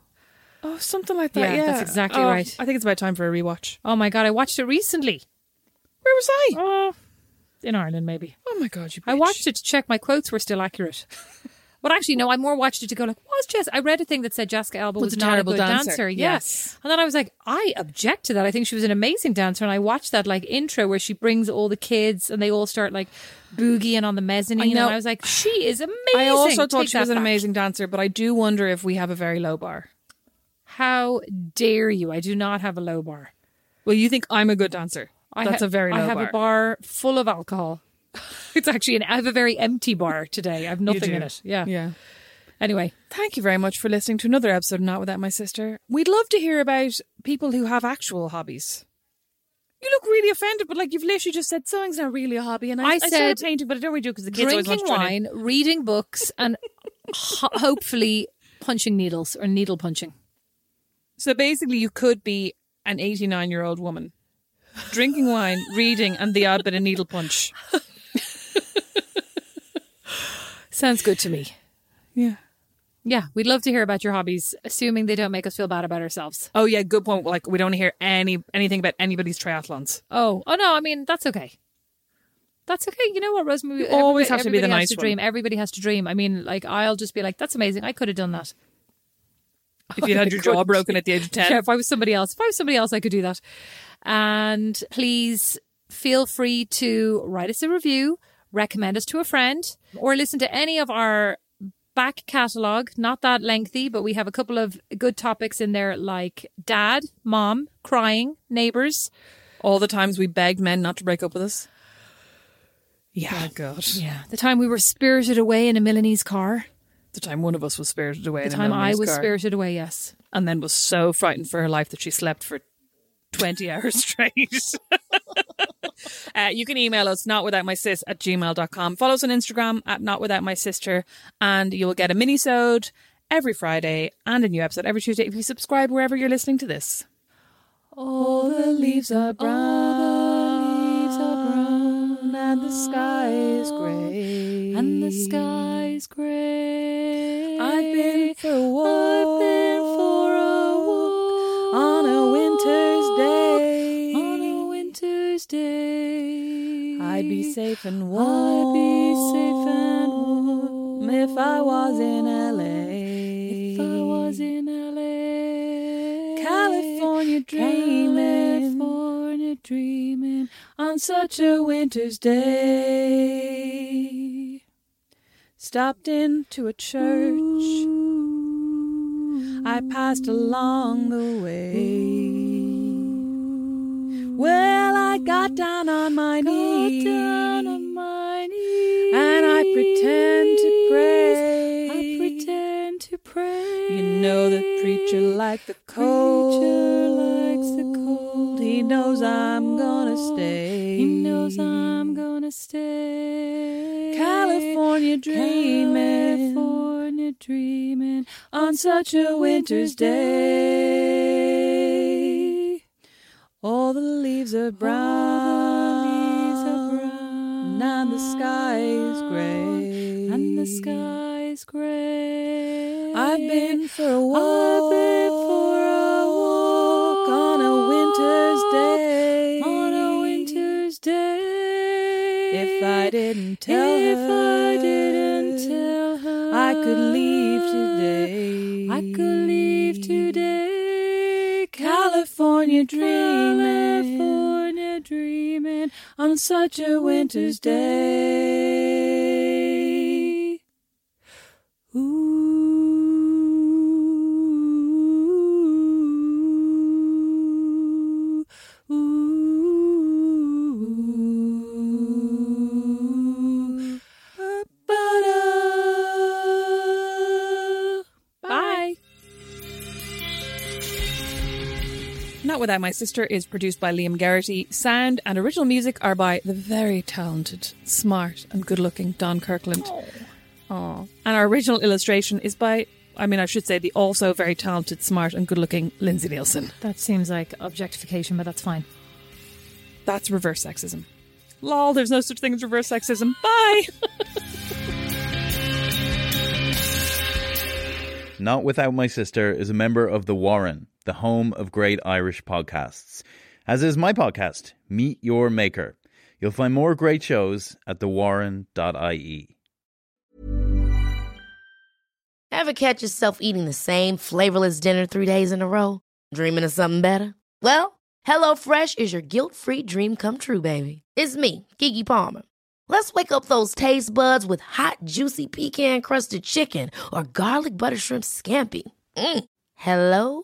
Speaker 1: oh, something like that.
Speaker 2: Yeah,
Speaker 1: Yeah,
Speaker 2: that's exactly
Speaker 1: Oh,
Speaker 2: right.
Speaker 1: I think it's about time for a rewatch.
Speaker 2: Oh my god, I watched it recently.
Speaker 1: Where was I? Oh,
Speaker 2: Oh, in Ireland maybe.
Speaker 1: my god, you!
Speaker 2: I watched it to check my quotes were still accurate. But actually, no, I more watched it to go like, was Jess? I read a thing that said Jessica Alba was,
Speaker 1: Was a
Speaker 2: not
Speaker 1: terrible
Speaker 2: a good dancer.
Speaker 1: dancer.
Speaker 2: Yeah.
Speaker 1: Yes.
Speaker 2: And then I was like, I object to that. I think she was an amazing dancer. And I watched that like intro where she brings all the kids and they all start like boogieing on the mezzanine.
Speaker 1: know.
Speaker 2: And I was like, she is amazing.
Speaker 1: I also thought
Speaker 2: Take
Speaker 1: she
Speaker 2: that
Speaker 1: was an
Speaker 2: back.
Speaker 1: amazing dancer, but I do wonder if we have a very low bar.
Speaker 2: How dare you? I do not have a low bar.
Speaker 1: Well, you think I'm a good dancer?
Speaker 2: I
Speaker 1: That's
Speaker 2: ha-
Speaker 1: a very low
Speaker 2: I have
Speaker 1: bar.
Speaker 2: a bar full of alcohol. it's actually an I have a very empty bar today. I have
Speaker 1: You
Speaker 2: nothing
Speaker 1: do.
Speaker 2: in it. Yeah.
Speaker 1: yeah.
Speaker 2: Anyway,
Speaker 1: Thank you very much for listening to another episode of Not Without My Sister. We'd love to hear about people who have actual hobbies. You look really offended, but like you've literally just said something's not really a hobby, and I,
Speaker 2: I
Speaker 1: I,
Speaker 2: said
Speaker 1: started painting, but I don't really do because the kids always
Speaker 2: drinking
Speaker 1: want to join in.
Speaker 2: wine, reading books, and ho- hopefully punching needles or needle punching.
Speaker 1: So basically, you could be an 89 year old woman drinking wine, reading, and the odd bit of needle punch.
Speaker 2: Sounds good to me.
Speaker 1: Yeah.
Speaker 2: Yeah, we'd love to hear about your hobbies, assuming they don't make us feel bad about ourselves.
Speaker 1: Oh yeah, good point. Like we don't hear any anything about anybody's triathlons.
Speaker 2: Oh, oh no, I mean that's okay. That's okay. You know what, Rosemary? You
Speaker 1: always have to be the nice
Speaker 2: to
Speaker 1: one.
Speaker 2: dream. Everybody has to dream. I mean, like I'll just be like, "That's amazing. I could have done that."
Speaker 1: If you had your jaw
Speaker 2: couldn't.
Speaker 1: broken at the age of ten,
Speaker 2: Yeah, if I was somebody else, if I was somebody else, I could do that. And please feel free to write us a review, recommend us to a friend, or listen to any of our back catalogue. Not that lengthy, but we have a couple of good topics in there like dad, mom, crying, neighbors.
Speaker 1: all the times we begged men not to break up with us. Yeah, God.
Speaker 2: Yeah. The time we were spirited away in a Milanese car.
Speaker 1: The time one of us was spirited away.
Speaker 2: The
Speaker 1: in a
Speaker 2: time I
Speaker 1: Milanese
Speaker 2: was
Speaker 1: car,
Speaker 2: spirited away, yes.
Speaker 1: and then was so frightened for her life that she slept for twenty hours straight. Uh, you can email us not without my sis at gmail.com. Follow us on Instagram at not without my sister, and you will get a mini sode every Friday and a new episode every Tuesday if you subscribe wherever you're listening to this. All the leaves are brown, leaves are brown, and the sky is grey,
Speaker 2: And the sky's grey.
Speaker 1: I've been for a walk.
Speaker 2: I've been for a walk
Speaker 1: on a winter's day.
Speaker 2: On a winter's day.
Speaker 1: I'd be safe and warm.
Speaker 2: I'd be safe and warm
Speaker 1: if I was in LA.
Speaker 2: If I was in LA.
Speaker 1: California dreaming.
Speaker 2: California dreaming.
Speaker 1: on such a winter's day. Stopped into a church. I passed along the way. Well, I got down on my knees.
Speaker 2: down on my knees.
Speaker 1: And I pretend to pray.
Speaker 2: I pretend to pray.
Speaker 1: You know the preacher like the cold.
Speaker 2: Preacher likes the cold.
Speaker 1: He knows I'm gonna stay.
Speaker 2: He knows I'm gonna stay.
Speaker 1: California dreaming.
Speaker 2: California dreaming.
Speaker 1: on such a winter's day. All the leaves are brown, and the sky is grey,
Speaker 2: And the sky's grey.
Speaker 1: I've been for a walk,
Speaker 2: for a walk
Speaker 1: on a winter's day,
Speaker 2: on a winter's day.
Speaker 1: If I didn't tell
Speaker 2: if
Speaker 1: her,
Speaker 2: I didn't tell her,
Speaker 1: I could leave today.
Speaker 2: I could leave today.
Speaker 1: California dreaming.
Speaker 2: California dreaming.
Speaker 1: on such a winter's day. Ooh. Not Without My Sister is produced by Liam Geraghty. Sound and original music are by the very talented, smart, and good looking Don Kirkland. Aw. And our original illustration is by, I mean, I should say, the also very talented, smart, and good looking Lindsay Nielsen.
Speaker 2: That seems like objectification, but that's fine.
Speaker 1: That's reverse sexism. Lol, there's no such thing as reverse sexism. Bye!
Speaker 6: Not Without My Sister is a member of The Warren, the home of great Irish podcasts, as is my podcast, Meet Your Maker. You'll find more great shows at thewarren.ie.
Speaker 7: Ever catch yourself eating the same flavorless dinner three days in a row? Dreaming of something better? Well, HelloFresh is your guilt free dream come true, baby. It's me, Kiki Palmer. Let's wake up those taste buds with hot, juicy pecan crusted chicken or garlic butter shrimp scampi. Mm. Hello